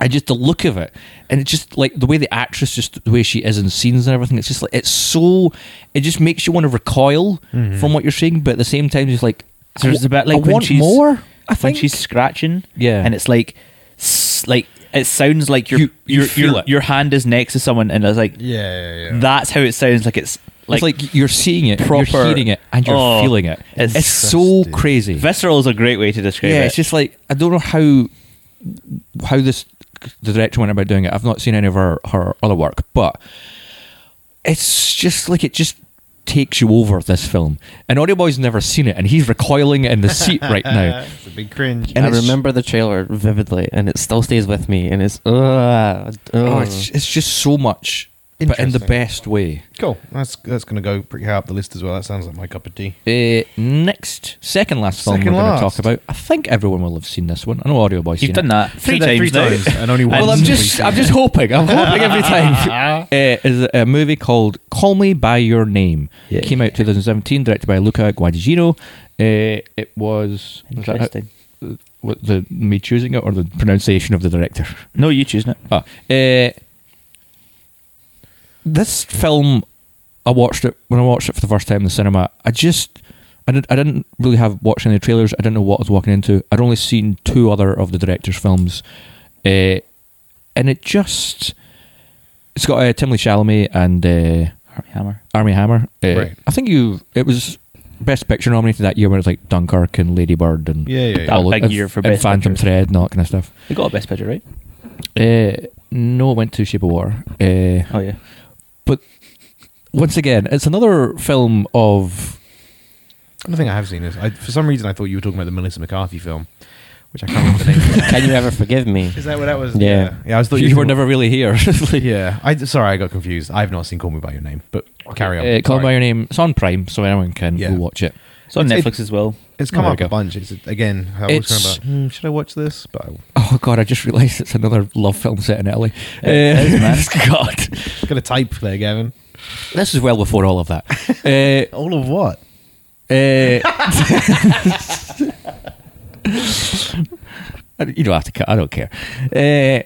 [SPEAKER 2] And just the look of it, and it's just like the way the actress, just the way she is in scenes and everything. It's just like it's so. It just makes you want to recoil from what you're seeing, but at the same time, it's like
[SPEAKER 1] Mm-hmm. So it's
[SPEAKER 2] I-
[SPEAKER 1] about like
[SPEAKER 2] I
[SPEAKER 1] when
[SPEAKER 2] want
[SPEAKER 1] she's-
[SPEAKER 2] more. I
[SPEAKER 1] when
[SPEAKER 2] think
[SPEAKER 1] she's scratching,
[SPEAKER 2] Yeah.
[SPEAKER 1] and it's like, s- like it sounds like your
[SPEAKER 2] You- you
[SPEAKER 1] your
[SPEAKER 2] feel
[SPEAKER 1] your,
[SPEAKER 2] it.
[SPEAKER 1] your hand is next to someone, and it's like
[SPEAKER 3] Yeah, yeah,
[SPEAKER 1] that's how it sounds. Like it's like,
[SPEAKER 2] it's like you're seeing it, you're
[SPEAKER 1] proper-
[SPEAKER 2] hearing it, and you're
[SPEAKER 1] Oh,
[SPEAKER 2] feeling it. It's,
[SPEAKER 1] it's
[SPEAKER 2] so
[SPEAKER 3] disgusting.
[SPEAKER 2] crazy.
[SPEAKER 1] visceral is a great way to describe
[SPEAKER 2] yeah,
[SPEAKER 1] it.
[SPEAKER 2] it's just like I don't know how how this the director went about doing it. I've not seen any of her her other work, but it's just like it just takes you over this film. And Audio Boy's never seen it, and he's recoiling in the seat right now.
[SPEAKER 3] It's a big cringe.
[SPEAKER 2] And
[SPEAKER 5] I
[SPEAKER 2] it's-
[SPEAKER 5] remember the trailer vividly, and it still stays with me. And it's uh,
[SPEAKER 2] Oh, it's, it's Oh, just so much but in the
[SPEAKER 3] Oh. Interesting.
[SPEAKER 2] best way.
[SPEAKER 3] Cool. That's that's going to go pretty high up the list as well. That sounds like my cup of tea.
[SPEAKER 2] Uh, next, second last film
[SPEAKER 3] Second
[SPEAKER 2] we're going
[SPEAKER 3] last.
[SPEAKER 2] to talk about. I think everyone will have seen this one. I know Audio Boy's seen
[SPEAKER 1] You've done
[SPEAKER 2] it.
[SPEAKER 1] that three
[SPEAKER 3] Said that
[SPEAKER 1] times
[SPEAKER 3] three
[SPEAKER 1] now.
[SPEAKER 3] times, and only
[SPEAKER 2] Well,
[SPEAKER 3] once.
[SPEAKER 2] I'm just, I'm just hoping. I'm hoping every time. Uh, is a movie called "Call Me by Your Name."
[SPEAKER 5] Yeah.
[SPEAKER 2] Came out 2017, directed by Luca Guadagnino. Uh, it was was that how-
[SPEAKER 5] Interesting.
[SPEAKER 2] what, the me choosing it or the pronunciation of the director.
[SPEAKER 1] No, you choose it.
[SPEAKER 2] Ah, eh, this film, I watched it when I watched it for the first time in the cinema. I just, I didn't, I didn't really have watching the trailers. I didn't know what I was walking into. I'd only seen two other of the director's films, Eh, and it just, it's got uh, Timothy Chalamet and uh,
[SPEAKER 1] Army Hammer.
[SPEAKER 2] Army Hammer. Eh,
[SPEAKER 3] Right.
[SPEAKER 2] I think you, it was. Best Picture nominated that year when it was like Dunkirk and Lady Bird and
[SPEAKER 3] Yeah, yeah, yeah.
[SPEAKER 1] That
[SPEAKER 2] all
[SPEAKER 1] big
[SPEAKER 2] of-
[SPEAKER 1] year for
[SPEAKER 2] and
[SPEAKER 1] Best
[SPEAKER 2] Phantom
[SPEAKER 1] Picture.
[SPEAKER 2] Thread and all that kind of stuff.
[SPEAKER 1] They got a best picture, right?
[SPEAKER 2] Uh, no, it went to Shape of Water. Uh,
[SPEAKER 1] Oh yeah.
[SPEAKER 2] but once again, it's another film of.
[SPEAKER 3] I don't think I have seen this. I, for some reason, I thought you were talking about the Melissa McCarthy film, which I can't remember the name. of.
[SPEAKER 5] Can you ever forgive me?
[SPEAKER 3] Is that what that was?
[SPEAKER 5] Yeah.
[SPEAKER 3] Yeah, I was thought
[SPEAKER 2] You were never really here.
[SPEAKER 3] Yeah, I sorry, I got confused. I've not seen Call Me by Your Name, but carry on.
[SPEAKER 2] Uh, Call
[SPEAKER 3] Sorry.
[SPEAKER 2] by Your Name. It's on Prime, so anyone can
[SPEAKER 3] Yeah.
[SPEAKER 2] go watch it.
[SPEAKER 1] It's on
[SPEAKER 3] It's-
[SPEAKER 1] Netflix as well.
[SPEAKER 3] It's come
[SPEAKER 2] Oh, there
[SPEAKER 3] up
[SPEAKER 2] we
[SPEAKER 3] a
[SPEAKER 2] go.
[SPEAKER 3] bunch. It's again. I was kind
[SPEAKER 2] It's-
[SPEAKER 3] of like, hmm, should I watch this? But I'm
[SPEAKER 2] Oh God! I just realised it's another love film set in Italy.
[SPEAKER 1] It is,
[SPEAKER 2] Uh, God,
[SPEAKER 3] gonna type there, Gavin.
[SPEAKER 2] this is well before all of that. Uh,
[SPEAKER 3] All of what?
[SPEAKER 2] Eh, you don't have to cut. I don't care. Eh,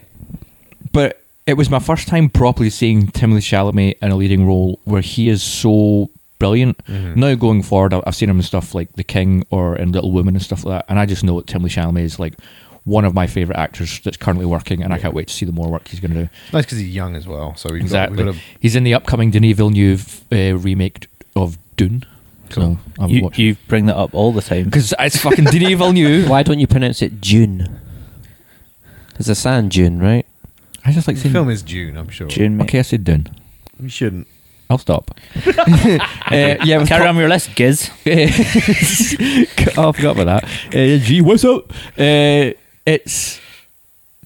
[SPEAKER 2] but it was my first time properly seeing Timothy Chalamet in a leading role where he is so brilliant.
[SPEAKER 3] Mm-hmm.
[SPEAKER 2] Now going forward, I- I've seen him in stuff like The King or in Little Women and stuff like that, and I just know that Timothy Chalamet is like one of my favorite actors that's currently working, and I can't wait to see the more work he's going to do.
[SPEAKER 3] Nice because he's young as well. So we've
[SPEAKER 2] Exactly.
[SPEAKER 3] got, we've got a,
[SPEAKER 2] he's in the upcoming Denis Villeneuve uh, remake of Dune.
[SPEAKER 3] Cool.
[SPEAKER 2] So I'm
[SPEAKER 1] You, you bring that up all the time.
[SPEAKER 2] because it's fucking Denis Villeneuve.
[SPEAKER 5] Why don't you pronounce it June? It's a sand June, right?
[SPEAKER 2] I just like
[SPEAKER 3] the
[SPEAKER 2] saying.
[SPEAKER 3] film is June. I'm sure.
[SPEAKER 1] June, mate.
[SPEAKER 2] Okay, I said Dune.
[SPEAKER 3] We shouldn't.
[SPEAKER 2] I'll stop. uh, yeah,
[SPEAKER 1] Carry on with your list, Giz.
[SPEAKER 2] oh, I forgot about that. Uh, gee, what's up? Uh, it's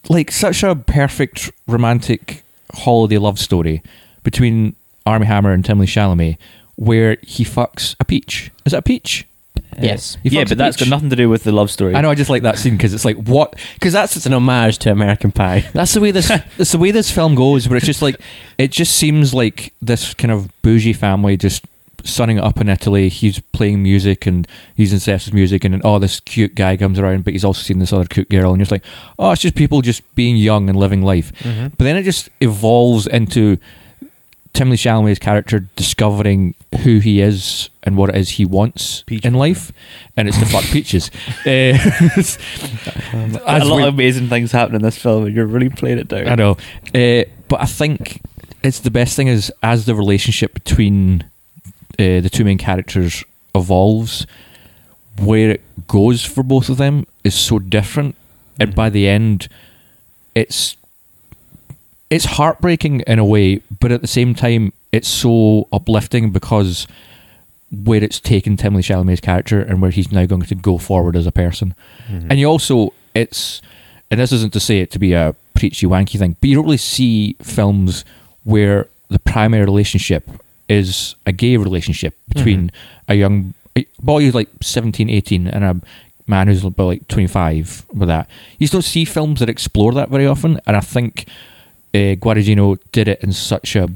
[SPEAKER 2] like such a perfect romantic holiday love story between Army Hammer and Timothy Chalamet, where he fucks a peach. Is it a peach?
[SPEAKER 5] Yes.
[SPEAKER 2] He
[SPEAKER 1] yeah,
[SPEAKER 2] fucks a
[SPEAKER 1] but that's
[SPEAKER 2] peach.
[SPEAKER 1] got nothing to do with the love story.
[SPEAKER 2] I know. I just like that scene because it's like what? Because that's
[SPEAKER 5] It's an homage to American Pie.
[SPEAKER 2] That's the way this. that's the way this film goes, where it's just like it just seems like this kind of bougie family just sunning it up in Italy. He's playing music and he's incestuous music, and then, oh, this cute guy comes around, but he's also seen this other cute girl, and you're just like, oh, it's just people just being young and living life.
[SPEAKER 3] Mm-hmm.
[SPEAKER 2] But then it just evolves into Timothy Chalamet's character discovering who he is and what it is he wants
[SPEAKER 3] Peach.
[SPEAKER 2] in life, and it's to fuck peaches. Eh,
[SPEAKER 1] a
[SPEAKER 2] as
[SPEAKER 1] lot
[SPEAKER 2] we-
[SPEAKER 1] of amazing things happen in this film, and you're really playing it down.
[SPEAKER 2] I know, uh, but I think it's the best thing is as the relationship between uh, the two main characters evolves, where it goes for both of them is so different, and by the end, it's it's heartbreaking in a way, but at the same time, it's so uplifting because where it's taken Timothy Chalamet's character and where he's now going to go forward as a person.
[SPEAKER 3] Mm-hmm.
[SPEAKER 2] And you also, it's, and this isn't to say it to be a preachy wanky thing, but you don't really see films where the primary relationship is a gay relationship between a young a boy who's like 17, 18 and a man who's about like 25 with that. You just don't see films that explore that very often. And I think uh, Guarigino did it in such a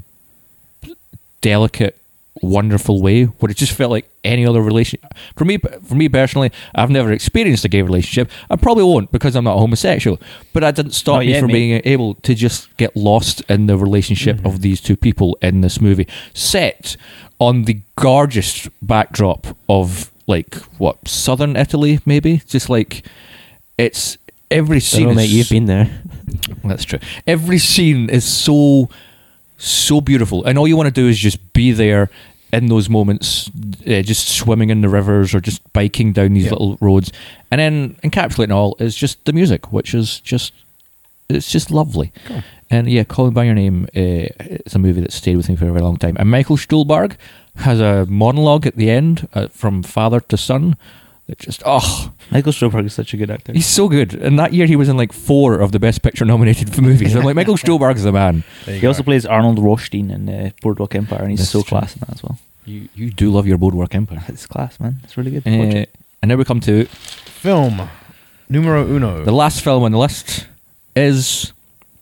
[SPEAKER 2] delicate, wonderful way where it just felt like any other relationship. For me, for me personally, I've never experienced a gay relationship. I probably won't because I'm not homosexual. But that didn't stop
[SPEAKER 1] Not
[SPEAKER 2] me
[SPEAKER 1] yet,
[SPEAKER 2] from
[SPEAKER 1] mate.
[SPEAKER 2] being able to just get lost in the relationship
[SPEAKER 1] Mm-hmm.
[SPEAKER 2] of these two people in this movie, set on the gorgeous backdrop of like what southern Italy, maybe just like it's every
[SPEAKER 5] So
[SPEAKER 2] scene.
[SPEAKER 5] do
[SPEAKER 2] is
[SPEAKER 5] you've been there.
[SPEAKER 2] that's true. Every scene is so so beautiful, and all you want to do is just be there in those moments, uh, just swimming in the rivers or just biking down these
[SPEAKER 3] Yeah.
[SPEAKER 2] little roads, and then encapsulating all is just the music, which is just it's just lovely. And yeah, Call Me by Your Name uh, it's a movie that stayed with me for a very long time. And Michael Stuhlbarg has a monologue at the end uh, from father to son It just oh,
[SPEAKER 1] Michael Stroberg is such a good actor.
[SPEAKER 2] he's so good. And that year he was in like four of the best picture nominated for movies. I'm like Michael Stroberg's the man.
[SPEAKER 3] There you
[SPEAKER 1] He
[SPEAKER 3] go.
[SPEAKER 1] also plays Arnold Rothstein in uh, Boardwalk Empire, and he's
[SPEAKER 2] That's
[SPEAKER 1] so
[SPEAKER 2] true.
[SPEAKER 1] class in that as well.
[SPEAKER 2] You you do love your boardwalk empire.
[SPEAKER 1] It's class, man. It's really good.
[SPEAKER 2] Uh,
[SPEAKER 1] Watch
[SPEAKER 2] and
[SPEAKER 1] it.
[SPEAKER 2] now we come to
[SPEAKER 3] film numero uno.
[SPEAKER 2] the last film on the list is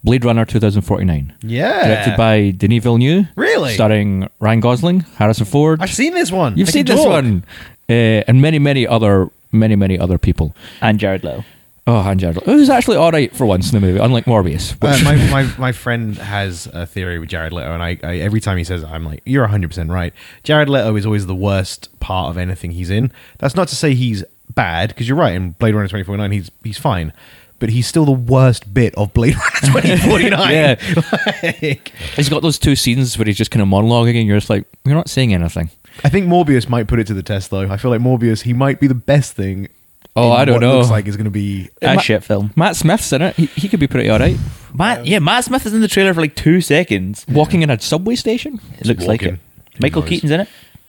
[SPEAKER 2] Blade Runner 2049,
[SPEAKER 3] yeah,
[SPEAKER 2] directed by Denis Villeneuve,
[SPEAKER 3] really.
[SPEAKER 2] starring Ryan Gosling, Harrison Ford.
[SPEAKER 3] I've seen this one.
[SPEAKER 2] You've
[SPEAKER 3] I
[SPEAKER 2] seen
[SPEAKER 3] can
[SPEAKER 2] this
[SPEAKER 3] talk.
[SPEAKER 2] one, uh, and many many other many many other people.
[SPEAKER 1] And Jared Leto.
[SPEAKER 2] Oh, and Jared. It was actually all right for once in the movie, unlike Morbius.
[SPEAKER 3] Uh,
[SPEAKER 2] which-
[SPEAKER 3] my, my, my friend has a theory with Jared Leto, and I, I every time he says it, I'm like, you're 100% right. Jared Leto is always the worst part of anything he's in. That's not to say he's bad, because you're right, in Blade Runner 2049, he's, he's fine. But he's still the worst bit of Blade Runner 2049.
[SPEAKER 2] Yeah.
[SPEAKER 3] Like,
[SPEAKER 2] He's got those two scenes where he's just kind of monologuing, and you're just like, you're not saying anything.
[SPEAKER 3] I think Morbius might put it to the test, though. I feel like Morbius, he might be the best thing.
[SPEAKER 2] Oh,
[SPEAKER 3] in
[SPEAKER 2] I don't
[SPEAKER 3] what
[SPEAKER 2] know.
[SPEAKER 3] Looks like is going to be.
[SPEAKER 1] A
[SPEAKER 2] Ma-
[SPEAKER 1] shit film.
[SPEAKER 2] Matt Smith's in it. He, he could be pretty all right.
[SPEAKER 1] Matt, yeah, Matt Smith is in the trailer for like two seconds.
[SPEAKER 2] Walking in a subway station.
[SPEAKER 1] It looks like it.
[SPEAKER 3] walking.
[SPEAKER 1] Michael
[SPEAKER 3] Who knows?
[SPEAKER 1] Keaton's in it.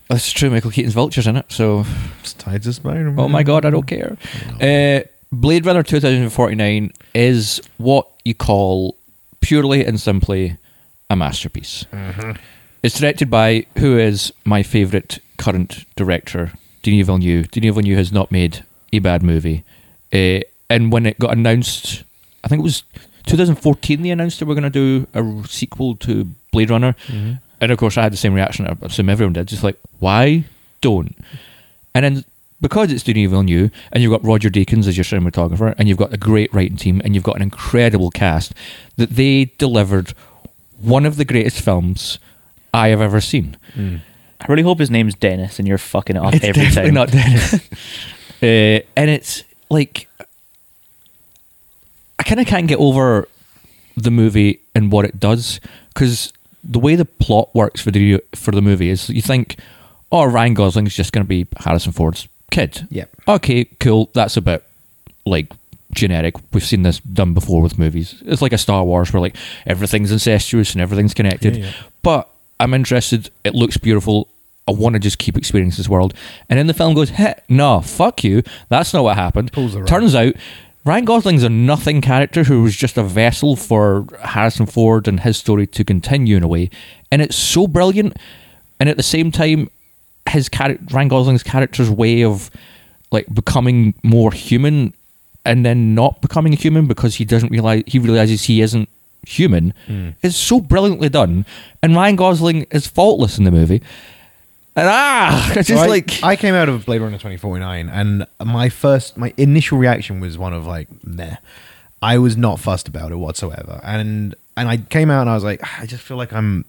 [SPEAKER 2] That's true. Michael Keaton's Vulture's in it. So,
[SPEAKER 3] Tied to Spider-Man.
[SPEAKER 2] oh my god, I don't care. Uh, Blade Runner 2049 is what you call purely and simply a masterpiece. It's directed by who is my favourite current director, Denis Villeneuve. Denis Villeneuve has not made a bad movie. Uh, and when it got announced, I think it was 2014 they announced they were going to do a r- sequel to Blade Runner. And of course, I had the same reaction I assume everyone did. Just like, why don't? And then because it's Denis Villeneuve, and you've got Roger Deakins as your cinematographer, and you've got a great writing team, and you've got an incredible cast, that they delivered one of the greatest films I have ever seen.
[SPEAKER 3] Hmm.
[SPEAKER 1] I really hope his name's Dennis, and you're fucking it up
[SPEAKER 2] It's
[SPEAKER 1] every
[SPEAKER 2] definitely
[SPEAKER 1] time.
[SPEAKER 2] not Dennis. uh, and it's like I kind of can't get over the movie and what it does because the way the plot works for the for the movie is you think, oh, Ryan Gosling's just going to be Harrison Ford's kid.
[SPEAKER 3] Yep.
[SPEAKER 2] Okay, cool. That's a bit like generic. We've seen this done before with movies. It's like a Star Wars where like everything's incestuous and everything's connected.
[SPEAKER 3] Yeah, yeah.
[SPEAKER 2] But I'm interested. It looks beautiful. I want to just keep experiencing this world. And then the film goes, "Heh, no, fuck you. That's not what happened."
[SPEAKER 3] Pulls the rug.
[SPEAKER 2] Turns out Ryan Gosling's a nothing character who was just a vessel for Harrison Ford and his story to continue in a way. And it's so brilliant. And at the same time, his character, Ryan Gosling's character's way of like becoming more human and then not becoming human because he doesn't realize he realizes he isn't human is so brilliantly done. And Ryan Gosling is faultless in the movie. And ah, it's
[SPEAKER 3] So
[SPEAKER 2] just
[SPEAKER 3] I,
[SPEAKER 2] like
[SPEAKER 3] I came out of Blade Runner 2049 and my first my initial reaction was one of like meh. I was not fussed about it whatsoever. And and I came out and I was like "Ah, I just feel like I'm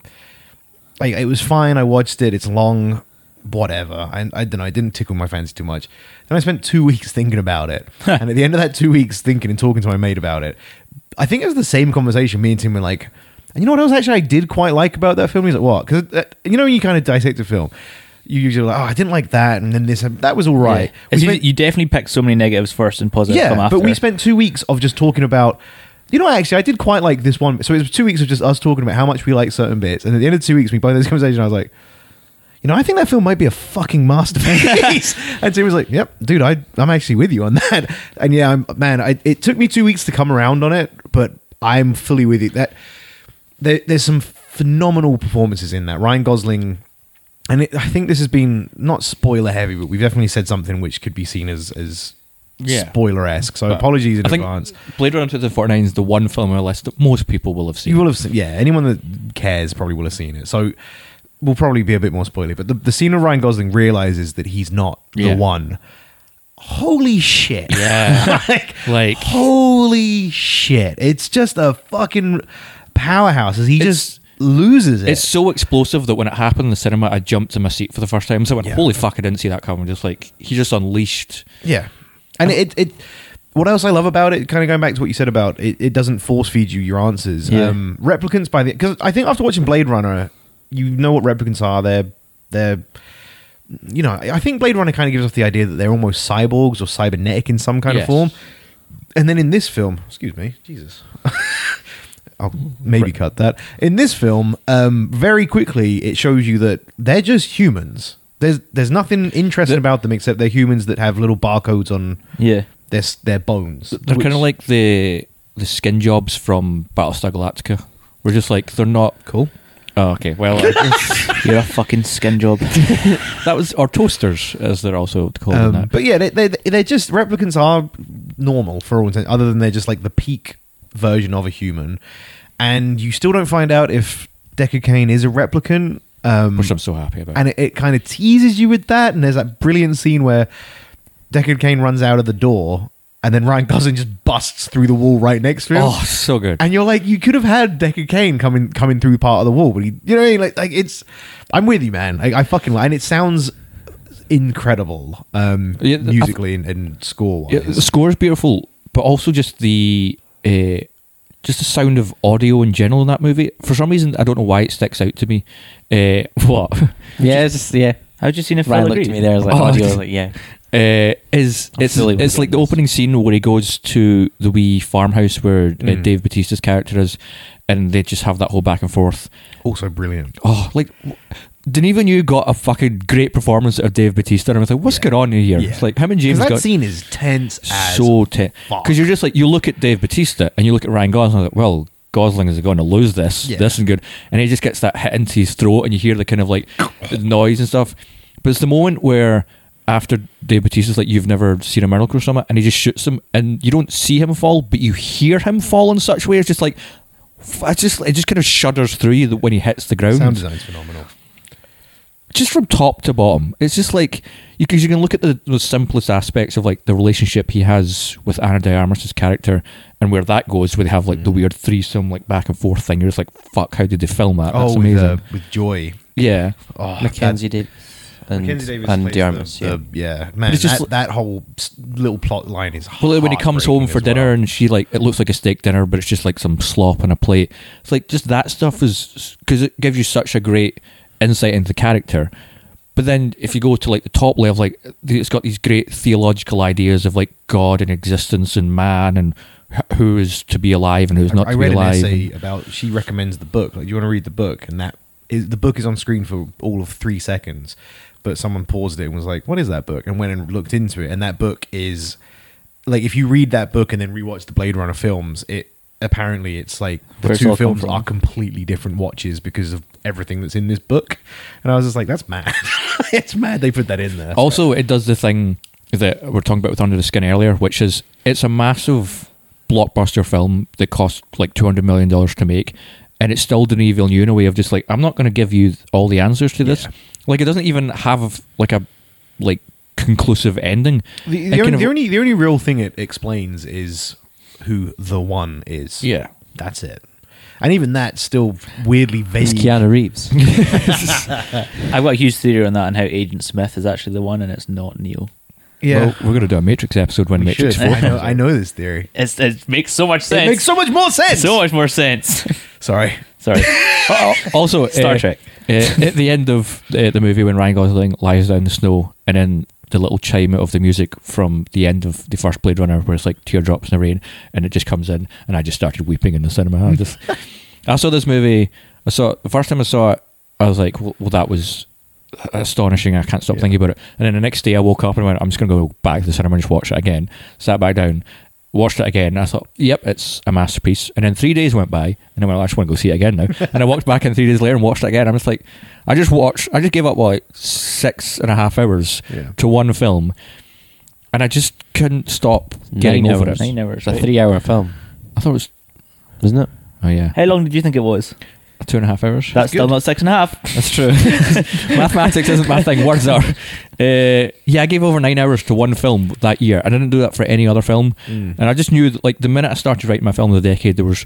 [SPEAKER 3] like it was fine. I watched it. It's long, whatever. I, I don't know. It didn't tickle my fancy too much. Then I spent two weeks thinking about it, and at the end of that two weeks thinking and talking to my mate about it, I think it was the same conversation. Me and Tim were like, and you know what else actually I did quite like about that film? He's like, what? Because uh, you know when you kind of dissect a film. You usually are like, oh, I didn't like that, and then this, and that was all right.
[SPEAKER 1] Yeah.
[SPEAKER 3] We
[SPEAKER 1] It's
[SPEAKER 3] spent-
[SPEAKER 1] usually- you definitely pick so many negatives first and positives
[SPEAKER 3] yeah,
[SPEAKER 1] come after.
[SPEAKER 3] but we spent two weeks of just talking about. You know, actually, I did quite like this one. So it was two weeks of just us talking about how much we like certain bits, and at the end of two weeks, we both had this conversation. I was like, you know, I think that film might be a fucking masterpiece. and Tim was like, "Yep, dude, I, I'm actually with you on that." And yeah, I'm, man, I, it took me two weeks to come around on it, but I'm fully with you. That there, there's some phenomenal performances in that. Ryan Gosling, and it, I think this has been not spoiler heavy, but we've definitely said something which could be seen as as
[SPEAKER 2] Yeah.
[SPEAKER 3] spoiler esque. So apologies in
[SPEAKER 2] I think
[SPEAKER 3] advance.
[SPEAKER 2] Blade Runner 2049 is the one film on our list that most people will have seen.
[SPEAKER 3] You will have seen, yeah. Anyone that cares probably will have seen it. So we'll probably be a bit more spoily. But the, the scene of Ryan Gosling realizes that he's not
[SPEAKER 2] Yeah.
[SPEAKER 3] the one. Holy shit!
[SPEAKER 2] Yeah.
[SPEAKER 3] like,
[SPEAKER 2] Like-
[SPEAKER 3] holy shit! It's just a fucking powerhouse. As he just loses it.
[SPEAKER 2] It's so explosive that when it happened in the cinema, I jumped in my seat for the first time. So I went,
[SPEAKER 3] Yeah.
[SPEAKER 2] "Holy fuck! I didn't see that coming." Just like he just unleashed.
[SPEAKER 3] Yeah, and it, it what else I love about it, kind of going back to what you said about it, it doesn't force feed you your answers.
[SPEAKER 1] Yeah.
[SPEAKER 3] Um, replicants by the because I think after watching Blade Runner, you know what replicants are. They're they're you know I I think Blade Runner kind of gives off the idea that they're almost cyborgs or cybernetic in some kind
[SPEAKER 2] Yes.
[SPEAKER 3] of form. And then in this film, excuse me, Jesus. I'll
[SPEAKER 2] Mm-hmm.
[SPEAKER 3] maybe cut that. In this film, um, very quickly, it shows you that they're just humans. There's there's nothing interesting
[SPEAKER 2] The-
[SPEAKER 3] about them except they're humans that have little barcodes on
[SPEAKER 1] Yeah.
[SPEAKER 3] their s- their bones.
[SPEAKER 2] They're
[SPEAKER 3] which-
[SPEAKER 2] kind of like the the skin jobs from Battlestar Galactica. We're just like they're not.
[SPEAKER 3] cool.
[SPEAKER 2] Oh, okay. Well,
[SPEAKER 1] You're a fucking skin job.
[SPEAKER 2] that was or toasters as they're also called. in
[SPEAKER 3] Um,
[SPEAKER 2] that.
[SPEAKER 3] but yeah, they, they they're just replicants are normal for all intents, other than they're just like the peak version of a human, and you still don't find out if Decker Kane is a replicant. Um,
[SPEAKER 2] which I'm so happy about.
[SPEAKER 3] and it, it kind of teases you with that. And there's that brilliant scene where Deckard Kane runs out of the door, and then Ryan Gosling just busts through the wall right next to him.
[SPEAKER 2] oh, so good.
[SPEAKER 3] And you're like, you could have had Deckard Kane coming coming through part of the wall, but he, you know, what I mean? like like it's. I'm with you, man. I, I fucking like, and it sounds incredible um
[SPEAKER 2] Yeah, I th-
[SPEAKER 3] musically and, and score wise.
[SPEAKER 2] Yeah, the score is beautiful, but also just the uh, just the sound of audio in general in that movie. For some reason, I don't know why it sticks out to me. Uh, what
[SPEAKER 5] Yeah, it's just, yeah.
[SPEAKER 1] How'd you seen if
[SPEAKER 5] Ryan
[SPEAKER 1] Phil
[SPEAKER 5] looked at
[SPEAKER 1] agreed?
[SPEAKER 5] me there. I was like,
[SPEAKER 2] Oh,
[SPEAKER 5] oh,
[SPEAKER 2] I
[SPEAKER 5] audio. I was
[SPEAKER 2] didn't-
[SPEAKER 5] like, yeah.
[SPEAKER 2] uh, is it's
[SPEAKER 5] Absolutely.
[SPEAKER 2] it's like the opening scene where he goes to the wee farmhouse where uh,
[SPEAKER 3] Mm.
[SPEAKER 2] Dave Batista's character is, and they just have that whole back and forth.
[SPEAKER 3] Also brilliant.
[SPEAKER 2] Oh, like. w- Deneva New got a fucking great performance out of Dave Batista, and I was like, "What's
[SPEAKER 3] Yeah.
[SPEAKER 2] going on here?"
[SPEAKER 3] Yeah.
[SPEAKER 2] It's like him and
[SPEAKER 3] 'Cause
[SPEAKER 2] James
[SPEAKER 3] that
[SPEAKER 2] got
[SPEAKER 3] scene is tense as
[SPEAKER 2] so tense
[SPEAKER 3] fuck.
[SPEAKER 2] because you're just like you look at Dave Batista and you look at Ryan Gosling like well Gosling is going to lose this
[SPEAKER 3] Yeah.
[SPEAKER 2] this isn't good and he just gets that hit into his throat and you hear the kind of like noise and stuff but it's the moment where after Dave Batista's like you've never seen a miracle or something and he just shoots him and you don't see him fall but you hear him fall in such way it's just like f- it's just it just kind of shudders through you that when he hits the ground
[SPEAKER 3] sound design's phenomenal.
[SPEAKER 2] just from top to bottom, it's just like because you, can look at the, the simplest aspects of like the relationship he has with Anna de Armas's character and where that goes, where they have like
[SPEAKER 3] Mm.
[SPEAKER 2] the weird threesome, like back and forth thing. You're just like, fuck, how did they film that? That's
[SPEAKER 3] oh, with,
[SPEAKER 2] amazing.
[SPEAKER 3] uh, with joy.
[SPEAKER 2] yeah,
[SPEAKER 3] Oh, that-
[SPEAKER 5] Mackenzie Davis. And,
[SPEAKER 3] Mackenzie Davis
[SPEAKER 5] and
[SPEAKER 3] plays
[SPEAKER 5] De Armas,
[SPEAKER 3] the-
[SPEAKER 5] yeah.
[SPEAKER 3] the- man,
[SPEAKER 2] it's just
[SPEAKER 3] that,
[SPEAKER 2] li-
[SPEAKER 3] that whole s- little plot line is.
[SPEAKER 2] Well, like, when he comes home
[SPEAKER 3] heartbreaking
[SPEAKER 2] for
[SPEAKER 3] as
[SPEAKER 2] dinner
[SPEAKER 3] well.
[SPEAKER 2] and she like it looks like a steak dinner, but it's just like some slop on a plate. It's like just that stuff is because it gives you such a great insight into the character. But then if you go to like the top level, like it's got these great theological ideas of like God and existence and man and h- who is to be alive and who's not
[SPEAKER 3] I, I
[SPEAKER 2] to
[SPEAKER 3] read
[SPEAKER 2] be
[SPEAKER 3] an
[SPEAKER 2] alive.
[SPEAKER 3] essay about she recommends the book. Like, do you want to read the book? And that is the book is on screen for all of three seconds, but someone paused it and was like, "What is that book?" And went and looked into it, and that book is like if you read that book and then rewatch the Blade Runner films, it apparently it's like the
[SPEAKER 5] Where it's all
[SPEAKER 3] two
[SPEAKER 5] come
[SPEAKER 3] films
[SPEAKER 5] from.
[SPEAKER 3] are completely different watches because of everything that's in this book. And I was just like, "That's mad! it's mad they put that in there."
[SPEAKER 2] Also, it does the thing that we are talking about with Under the Skin earlier, which is it's a massive blockbuster film that cost like two hundred million dollars to make, and it's still Denis Villeneuve in a way of just like I'm not going to give you all the answers to this. Like it doesn't even have like a like conclusive ending.
[SPEAKER 3] The,
[SPEAKER 2] It
[SPEAKER 3] the,
[SPEAKER 2] kind
[SPEAKER 3] only,
[SPEAKER 2] of-
[SPEAKER 3] the only the only real thing it explains is who the one is.
[SPEAKER 2] Yeah.
[SPEAKER 3] that's it. And even that's still weirdly vague.
[SPEAKER 5] It's Keanu Reeves.
[SPEAKER 1] I've got a huge theory on that and how Agent Smith is actually the one and it's not Neil.
[SPEAKER 3] yeah,
[SPEAKER 2] Well, we're going to do a Matrix episode when
[SPEAKER 3] we
[SPEAKER 2] Matrix
[SPEAKER 3] should.
[SPEAKER 2] Four
[SPEAKER 3] I know,
[SPEAKER 2] comes. out.
[SPEAKER 3] I know this theory.
[SPEAKER 1] It's, it makes so much sense.
[SPEAKER 3] It makes so much more sense.
[SPEAKER 1] so much more sense.
[SPEAKER 3] Sorry.
[SPEAKER 1] Sorry.
[SPEAKER 2] Uh, also,
[SPEAKER 1] Star
[SPEAKER 2] uh,
[SPEAKER 1] Trek.
[SPEAKER 2] uh, at the end of uh, the movie, when Ryan Gosling lies down in the snow, and then the little chime of the music from the end of the first Blade Runner, where it's like teardrops in the rain, and it just comes in, and I just started weeping in the cinema. I just, I saw this movie. I saw the first time I saw it. I was like, well, well that was astonishing. I can't stop thinking about it. And then the next day, I woke up and went, I'm just going to go back to the cinema and just watch it again. Sat back down, watched it again. And I thought, yep, it's a masterpiece. And then three days went by, and I went, I just want to go see it again now. and I walked back in three days later and watched it again. I'm just like, I just watched, I just gave up what, like six and a half hours
[SPEAKER 3] Yeah.
[SPEAKER 2] to one film. And I just couldn't stop getting
[SPEAKER 5] Nine
[SPEAKER 2] over
[SPEAKER 5] hours.
[SPEAKER 2] it.
[SPEAKER 1] Nine hours.
[SPEAKER 5] It's a
[SPEAKER 1] right?
[SPEAKER 5] three hour film,
[SPEAKER 2] I thought it was,
[SPEAKER 5] isn't it?
[SPEAKER 2] oh yeah,
[SPEAKER 1] How long did you think it was?
[SPEAKER 2] two and a half hours.
[SPEAKER 1] That's still not six and a half.
[SPEAKER 2] That's true. Mathematics isn't my thing. Words are. Uh, yeah, I gave over nine hours to one film that year. I didn't do that for any other film, and I just knew that like the minute I started writing my film of the decade, there was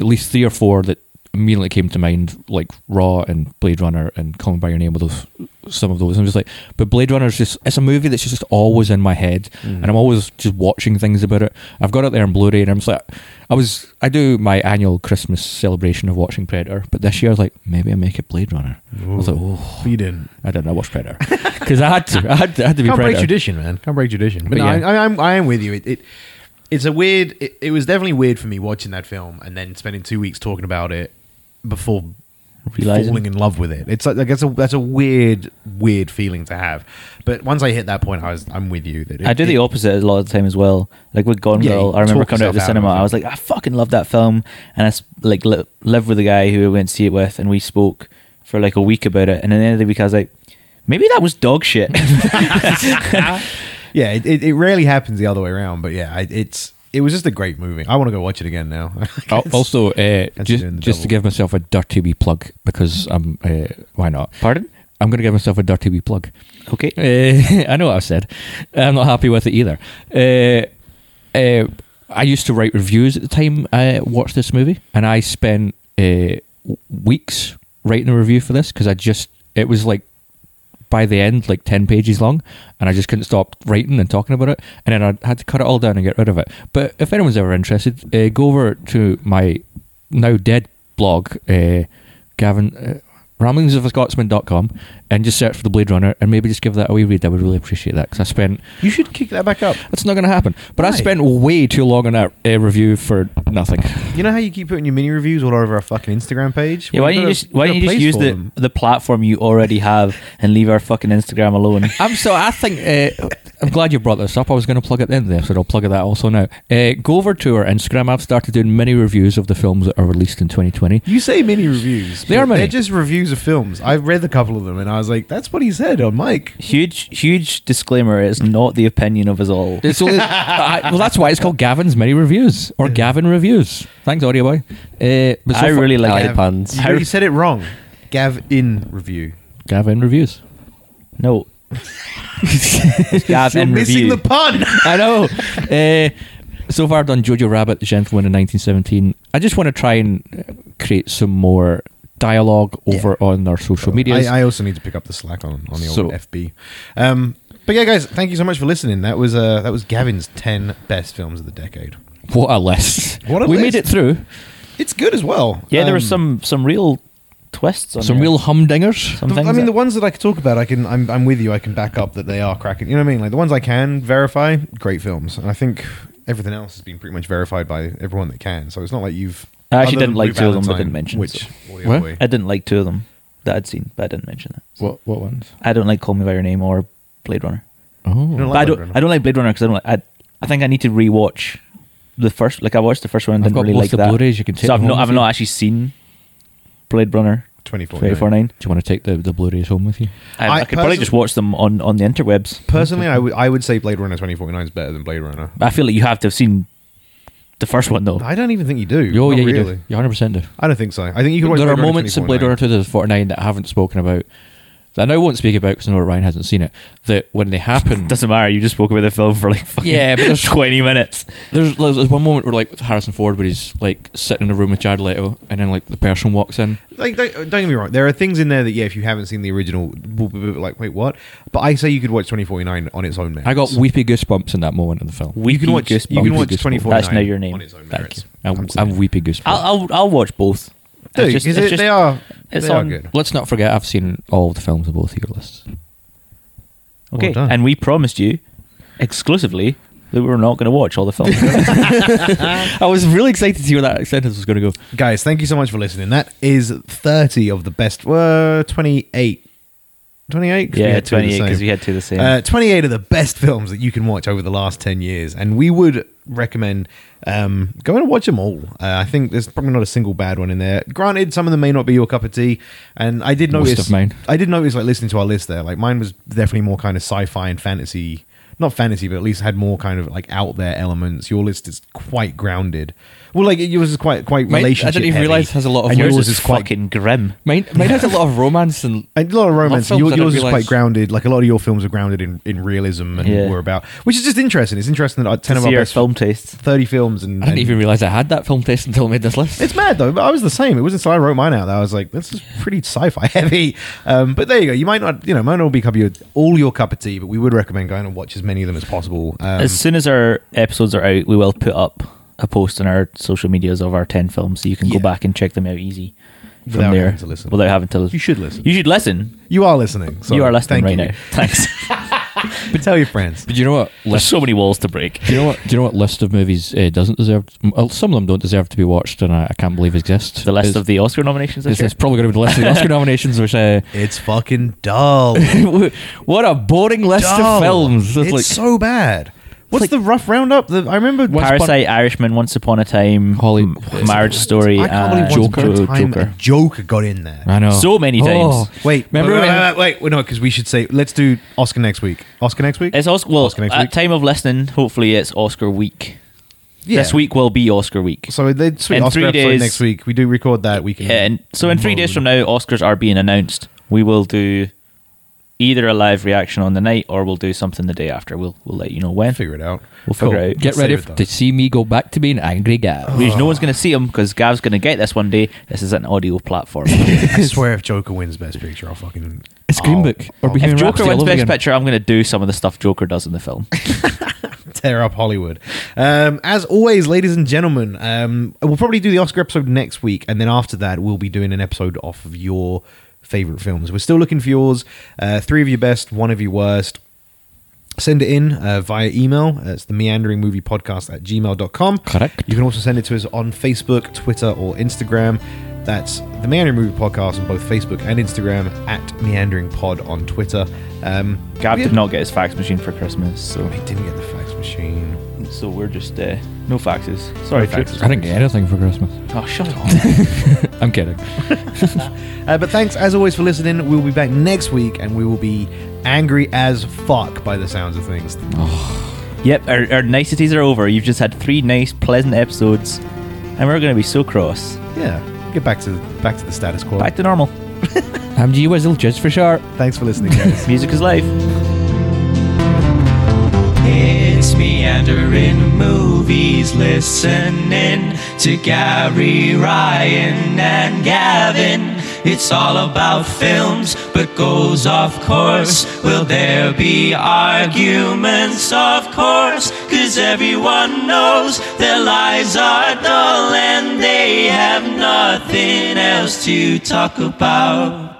[SPEAKER 2] at least three or four that immediately came to mind, like Raw and Blade Runner and Call Me by Your Name. With those, some of those, I'm just like, but Blade Runner is just it's a movie that's just always in my head,
[SPEAKER 3] Mm.
[SPEAKER 2] and I'm always just watching things about it. I've got it there on Blu-ray, and I'm just like, I was I do my annual Christmas celebration of watching Predator, but this year I was like, maybe I make it Blade Runner. I was like, oh.
[SPEAKER 3] You didn't.
[SPEAKER 2] I don't know. I watched Predator because I had to. I had to, I had to be
[SPEAKER 3] Can't break
[SPEAKER 2] Predator.
[SPEAKER 3] tradition, man. Can't break tradition. But,
[SPEAKER 2] But
[SPEAKER 3] no,
[SPEAKER 2] yeah.
[SPEAKER 3] I, I, I'm, I am with you. It, it it's a weird. It, it was definitely weird for me watching that film and then spending two weeks talking about it before
[SPEAKER 5] Realising.
[SPEAKER 3] falling in love with it. It's like like, that's a that's a weird weird feeling to have. But once I hit that point, I was I'm with you. That it,
[SPEAKER 1] I do
[SPEAKER 3] it-
[SPEAKER 1] the opposite a lot of the time as well. Like with Gone
[SPEAKER 3] Yeah,
[SPEAKER 1] Girl,
[SPEAKER 3] you
[SPEAKER 1] I remember
[SPEAKER 3] talk
[SPEAKER 1] coming out of the
[SPEAKER 3] yourself out
[SPEAKER 1] cinema.
[SPEAKER 3] of it.
[SPEAKER 1] I was like, I fucking love that film, and I s- like li- lived with the guy who I went to see it with, and we spoke for like a week about it. And at the end of the week, I was like, maybe that was dog shit.
[SPEAKER 3] Yeah, it, it, it rarely happens the other way around. But yeah, I, it's it was just a great movie. I want to go watch it again now.
[SPEAKER 2] Al- also, uh,
[SPEAKER 3] doing
[SPEAKER 2] just,
[SPEAKER 3] the
[SPEAKER 2] just to
[SPEAKER 3] double.
[SPEAKER 2] give myself a dirty wee plug because I'm. Uh, why not?
[SPEAKER 1] Pardon?
[SPEAKER 2] I'm going to give myself a dirty wee plug.
[SPEAKER 1] Okay.
[SPEAKER 2] Uh, I know what I've said. I'm not happy with it either. Uh, uh, I used to write reviews at the time I watched this movie, and I spent uh, w- weeks writing a review for this because I just it was like by the end like 10 pages long and i just couldn't stop writing and talking about it and then i had to cut it all down and get rid of it but if anyone's ever interested uh, go over to my now dead blog uh, gavin uh, ramblingsofascotsman.com and just search for the blade runner and maybe just give that a wee read i would really appreciate that because i spent
[SPEAKER 3] you should kick that back up.
[SPEAKER 2] that's not going to happen but i
[SPEAKER 3] Why?
[SPEAKER 2] spent way too long on that uh, review for nothing
[SPEAKER 3] You know how you keep putting your mini reviews all over our fucking Instagram page?
[SPEAKER 1] yeah, why
[SPEAKER 3] We've
[SPEAKER 1] don't you
[SPEAKER 3] got a-
[SPEAKER 1] just why
[SPEAKER 3] we've
[SPEAKER 1] don't you just
[SPEAKER 3] got a place
[SPEAKER 1] use
[SPEAKER 3] for
[SPEAKER 1] the
[SPEAKER 3] them.
[SPEAKER 1] the platform you already have and leave our fucking Instagram alone?
[SPEAKER 2] I'm so I think uh, I'm glad you brought this up. I was going to plug it in there, so I'll plug it that also now. Uh, go over to our Instagram. I've started doing mini reviews of the films that are released in 2020.
[SPEAKER 3] You say mini reviews.
[SPEAKER 2] They
[SPEAKER 3] but
[SPEAKER 2] are mini.
[SPEAKER 3] They're just reviews of films. I read a couple of them and I was like, that's what he said on Mike.
[SPEAKER 1] huge huge disclaimer: it's not the opinion of us all.
[SPEAKER 2] It's only, I, well, that's why it's called Gavin's mini reviews or Gavin reviews. Thanks, Audio Boy. Uh, but
[SPEAKER 1] I
[SPEAKER 2] far-
[SPEAKER 1] really like
[SPEAKER 5] Gav-
[SPEAKER 1] it.
[SPEAKER 5] Gav- puns.
[SPEAKER 3] You really said it wrong. Gav in review.
[SPEAKER 2] Gavin reviews.
[SPEAKER 1] No. Gav
[SPEAKER 3] You're
[SPEAKER 1] in
[SPEAKER 3] missing
[SPEAKER 1] review.
[SPEAKER 3] the pun.
[SPEAKER 2] I know. Uh, so far, I've done Jojo Rabbit, The Gentleman in 1917. I just want to try and uh, create some more dialogue over on our social media.
[SPEAKER 3] I, I also need to pick up the slack on, on the
[SPEAKER 2] So-
[SPEAKER 3] old FB. Um, but yeah, guys, thank you so much for listening. That was uh, that was Gavin's ten best films of the decade.
[SPEAKER 2] What a list!
[SPEAKER 3] What a
[SPEAKER 2] we
[SPEAKER 3] list.
[SPEAKER 2] made it through.
[SPEAKER 3] It's good as well.
[SPEAKER 1] Yeah, there were
[SPEAKER 3] Um,
[SPEAKER 1] some some real twists on
[SPEAKER 2] Some
[SPEAKER 1] there.
[SPEAKER 2] real humdingers.
[SPEAKER 1] Some
[SPEAKER 3] the-
[SPEAKER 1] things
[SPEAKER 3] I mean,
[SPEAKER 1] that-
[SPEAKER 3] the ones that I could talk about, I can. I'm, I'm with you. I can back up that they are cracking. You know what I mean? Like the ones I can verify, great films. And I think everything else has been pretty much verified by everyone that can. So it's not like you've.
[SPEAKER 1] I actually
[SPEAKER 3] other
[SPEAKER 1] didn't
[SPEAKER 3] than
[SPEAKER 1] like
[SPEAKER 3] Blue
[SPEAKER 1] two of them that
[SPEAKER 3] Valentine,
[SPEAKER 1] didn't mention,
[SPEAKER 3] Which Audio
[SPEAKER 2] What?
[SPEAKER 3] Boy.
[SPEAKER 1] I didn't like two of them that I'd seen, but I didn't mention that.
[SPEAKER 2] What what ones?
[SPEAKER 1] I don't like Call Me by Your Name or Blade Runner.
[SPEAKER 2] Oh,
[SPEAKER 3] You don't
[SPEAKER 1] But
[SPEAKER 3] like
[SPEAKER 1] I
[SPEAKER 3] Blade
[SPEAKER 1] don't.
[SPEAKER 3] Runner?
[SPEAKER 1] I don't like Blade Runner because I don't. Like, I I think I need to rewatch the first. Like I watched the first one and
[SPEAKER 2] I've
[SPEAKER 1] didn't
[SPEAKER 2] got
[SPEAKER 1] really
[SPEAKER 2] both
[SPEAKER 1] like
[SPEAKER 2] the
[SPEAKER 1] that.
[SPEAKER 2] Blu-rays, you can take
[SPEAKER 1] so I've
[SPEAKER 2] them
[SPEAKER 1] not.
[SPEAKER 2] home
[SPEAKER 1] I've
[SPEAKER 2] with you.
[SPEAKER 1] not actually seen Blade Runner
[SPEAKER 3] 24.
[SPEAKER 1] 2049.
[SPEAKER 2] do you want to take the, the Blu-rays home with you?
[SPEAKER 1] I,
[SPEAKER 3] I
[SPEAKER 1] I could probably
[SPEAKER 3] perso-
[SPEAKER 1] just watch them on on the interwebs.
[SPEAKER 3] Personally, I would I would say Blade Runner 2049 is better than Blade Runner.
[SPEAKER 1] I feel like you have to have seen the first one though.
[SPEAKER 3] I don't even think you do.
[SPEAKER 2] oh
[SPEAKER 3] Not
[SPEAKER 2] yeah,
[SPEAKER 3] really.
[SPEAKER 2] you do. You 100 percent do.
[SPEAKER 3] I don't think so. I think you can watch
[SPEAKER 2] There are
[SPEAKER 3] Blade Runner
[SPEAKER 2] moments in
[SPEAKER 3] 2049.
[SPEAKER 2] Blade Runner 2049 that I haven't spoken about. That I now won't speak about because I know Ryan hasn't seen it. That when they happen,
[SPEAKER 1] Doesn't matter. You just spoke about the film for like fucking
[SPEAKER 2] Yeah, but there's-
[SPEAKER 1] 20 minutes.
[SPEAKER 2] there's, there's one moment where like Harrison Ford, where he's like sitting in a room with Jared Leto, and then like the person walks in.
[SPEAKER 3] Like, don't, don't get me wrong. There are things in there that, yeah, if you haven't seen the original, will be like, wait, what? But I say you could watch 2049 on its own merits.
[SPEAKER 2] I got weepy goosebumps in that moment in the film.
[SPEAKER 3] You
[SPEAKER 1] Weepy
[SPEAKER 3] can watch. You
[SPEAKER 1] goosebumps.
[SPEAKER 3] can watch
[SPEAKER 2] Weepy goosebumps.
[SPEAKER 3] 2049.
[SPEAKER 1] That's now your name.
[SPEAKER 3] On its own
[SPEAKER 2] Thank
[SPEAKER 3] merits.
[SPEAKER 2] you. I'm,
[SPEAKER 3] I'm
[SPEAKER 2] I'm
[SPEAKER 3] saying.
[SPEAKER 2] weepy goosebumps.
[SPEAKER 1] I'll, I'll I'll watch both.
[SPEAKER 3] Dude,
[SPEAKER 1] It's just-
[SPEAKER 3] is
[SPEAKER 1] it's
[SPEAKER 3] it-
[SPEAKER 1] just-
[SPEAKER 3] they are.
[SPEAKER 1] it's
[SPEAKER 3] they are
[SPEAKER 1] on-
[SPEAKER 3] good.
[SPEAKER 2] Let's not forget I've seen all the films of both of your lists.
[SPEAKER 1] Okay,
[SPEAKER 3] done.
[SPEAKER 1] and we promised you exclusively that we were not going to watch all the films.
[SPEAKER 2] I was really excited to see where that sentence was going to go.
[SPEAKER 3] Guys, thank you so much for listening. That is 30 of the best. Uh, 28. 28? 'Cause we
[SPEAKER 1] yeah,
[SPEAKER 3] had two of the
[SPEAKER 1] 28 because
[SPEAKER 3] same.
[SPEAKER 1] we had two the same.
[SPEAKER 3] Uh, 28 of the best films that you can watch over the last 10 years. And we would recommend um, go and watch them all. Uh, I think there's probably not a single bad one in there. Granted, some of them may not be your cup of tea. And I did
[SPEAKER 2] Most
[SPEAKER 3] notice.
[SPEAKER 2] of mine.
[SPEAKER 3] I did notice, like, listening to our list there, like, mine was definitely more kind of sci fi and fantasy. Not fantasy, but at least had more kind of like out there elements. Your list is quite grounded. Well, like yours is quite quite
[SPEAKER 2] Mine- I
[SPEAKER 3] relationship.
[SPEAKER 2] didn't even
[SPEAKER 3] heavy,
[SPEAKER 2] realize has a lot of
[SPEAKER 3] and yours
[SPEAKER 2] words.
[SPEAKER 3] is quite
[SPEAKER 1] fucking grim.
[SPEAKER 2] Mine, mine has a lot of romance and
[SPEAKER 3] a lot of romance.
[SPEAKER 2] films
[SPEAKER 3] Your-
[SPEAKER 2] I
[SPEAKER 3] yours
[SPEAKER 2] didn't
[SPEAKER 3] is quite
[SPEAKER 2] realise.
[SPEAKER 3] grounded. Like a lot of your films are grounded in, in realism and
[SPEAKER 1] Yeah.
[SPEAKER 3] were about, which is just interesting. It's interesting that uh, ten
[SPEAKER 1] To
[SPEAKER 3] of our
[SPEAKER 1] see our
[SPEAKER 3] best
[SPEAKER 1] film tastes.
[SPEAKER 3] thirty films and
[SPEAKER 2] I didn't
[SPEAKER 3] and-
[SPEAKER 2] even realize I had that film test until I made this list.
[SPEAKER 3] It's mad though. But I was the same. It wasn't until I wrote mine out that I was like, this is pretty sci-fi heavy. Um, but there you go. You might not, you know, might not be cup of your, all your cup of tea, but we would recommend going and watch as many of them as possible. Um,
[SPEAKER 1] as soon as our episodes are out, we will put up a post on our social medias of our 10 films so you can
[SPEAKER 3] Yeah.
[SPEAKER 1] go back and check them out easy from
[SPEAKER 3] Without
[SPEAKER 1] there
[SPEAKER 3] having to listen.
[SPEAKER 1] without having to
[SPEAKER 3] you should listen.
[SPEAKER 1] You should listen.
[SPEAKER 3] You are listening. So
[SPEAKER 1] you are listening
[SPEAKER 3] thank
[SPEAKER 1] right
[SPEAKER 3] you.
[SPEAKER 1] now. Thanks.
[SPEAKER 3] tell your friends.
[SPEAKER 2] But you know what?
[SPEAKER 1] There's
[SPEAKER 2] List,
[SPEAKER 1] so many walls to break.
[SPEAKER 2] do you know what? Do you know what list of movies uh, doesn't deserve? Well, some of them don't deserve to be watched, and I, I can't believe exist.
[SPEAKER 1] The list
[SPEAKER 2] It's-
[SPEAKER 1] of the Oscar nominations this
[SPEAKER 2] It's,
[SPEAKER 1] year.
[SPEAKER 2] it's probably going to be the list of the Oscar nominations, which uh,
[SPEAKER 3] It's fucking dull.
[SPEAKER 2] what a boring list
[SPEAKER 3] Dull.
[SPEAKER 2] of films.
[SPEAKER 3] It's so bad. What's the rough roundup? The, I remember
[SPEAKER 1] Parasite, Irishman, Once Upon a Time,
[SPEAKER 2] Holly-
[SPEAKER 1] M- Marriage Story,
[SPEAKER 3] I can't
[SPEAKER 1] and
[SPEAKER 3] believe once upon a
[SPEAKER 1] Jo-
[SPEAKER 3] time
[SPEAKER 1] uh, Joker.
[SPEAKER 3] a Joker got in there.
[SPEAKER 2] I know Oh,
[SPEAKER 1] So many times.
[SPEAKER 3] Wait,
[SPEAKER 2] Remember
[SPEAKER 3] wait, wait,
[SPEAKER 2] when-
[SPEAKER 3] wait, wait, wait, no, because we should say let's do Oscar next week. Oscar next week.
[SPEAKER 1] It's Oscar. Well, uh,
[SPEAKER 3] Oscar next
[SPEAKER 1] at
[SPEAKER 3] week?
[SPEAKER 1] time of listening, hopefully it's Oscar week.
[SPEAKER 3] Yeah.
[SPEAKER 1] This week will be Oscar week.
[SPEAKER 3] So they sweet
[SPEAKER 1] In
[SPEAKER 3] Oscar
[SPEAKER 1] three
[SPEAKER 3] episode
[SPEAKER 1] days-
[SPEAKER 3] next week. We do record that weekend.
[SPEAKER 1] Yeah, and so in three days from now, Oscars are being announced. We will do either a live reaction on the night, or we'll do something the day after. We'll we'll let you know when.
[SPEAKER 3] figure it out.
[SPEAKER 1] We'll figure
[SPEAKER 3] Cool.
[SPEAKER 1] it out.
[SPEAKER 2] Get
[SPEAKER 3] Save
[SPEAKER 2] ready
[SPEAKER 3] it,
[SPEAKER 2] f-
[SPEAKER 3] though. Oh,
[SPEAKER 2] to see me go back to being angry guy.
[SPEAKER 1] Because no one's going to see him because Gav's going to get this one day. This is an audio platform.
[SPEAKER 3] I swear, if Joker wins Best Picture, I'll fucking.
[SPEAKER 2] It's Green Book or
[SPEAKER 3] I'll
[SPEAKER 2] Bohemian
[SPEAKER 1] if Joker
[SPEAKER 2] Rhapsody all
[SPEAKER 1] wins
[SPEAKER 2] over
[SPEAKER 1] Best
[SPEAKER 2] again.
[SPEAKER 1] Picture, I'm going to do some of the stuff Joker does in the film.
[SPEAKER 3] tear up Hollywood. Um, as always, ladies and gentlemen, um, we'll probably do the Oscar episode next week, and then after that, we'll be doing an episode off of your favorite films. We're still looking for yours. Uh, three of your best, one of your worst. Send it in uh, via email. Uh, It's the meandering movie podcast at gmail.com.
[SPEAKER 2] Correct.
[SPEAKER 3] You can also send it to us on Facebook, Twitter, or Instagram. That's the Meandering Movie Podcast on both Facebook and Instagram at Meandering Pod on Twitter. Um,
[SPEAKER 1] Gav
[SPEAKER 3] yeah,
[SPEAKER 1] did not get his fax machine for Christmas, so
[SPEAKER 3] I didn't get the fax machine.
[SPEAKER 1] so we're just uh, no faxes. Sorry,
[SPEAKER 3] No
[SPEAKER 1] Drew.
[SPEAKER 3] faxes.
[SPEAKER 2] I didn't get anything for Christmas.
[SPEAKER 1] Oh, shut up.
[SPEAKER 2] I'm kidding.
[SPEAKER 3] Uh, but thanks as always for listening. We'll be back next week and we will be angry as fuck by the sounds of things.
[SPEAKER 1] yep, our, our niceties are over. You've just had three nice, pleasant episodes, and we're going to be so cross.
[SPEAKER 3] Yeah, get back to back to the status quo.
[SPEAKER 1] Back to normal.
[SPEAKER 2] I'm G Wizzle, judge for sure.
[SPEAKER 3] Thanks for listening, guys.
[SPEAKER 1] Music is life.
[SPEAKER 4] It's meandering movies, listening to Gary Ryan and Gavin. It's all about films, but goes off course. Will there be arguments? Of course, cause everyone knows their lives are dull and they have nothing else to talk about.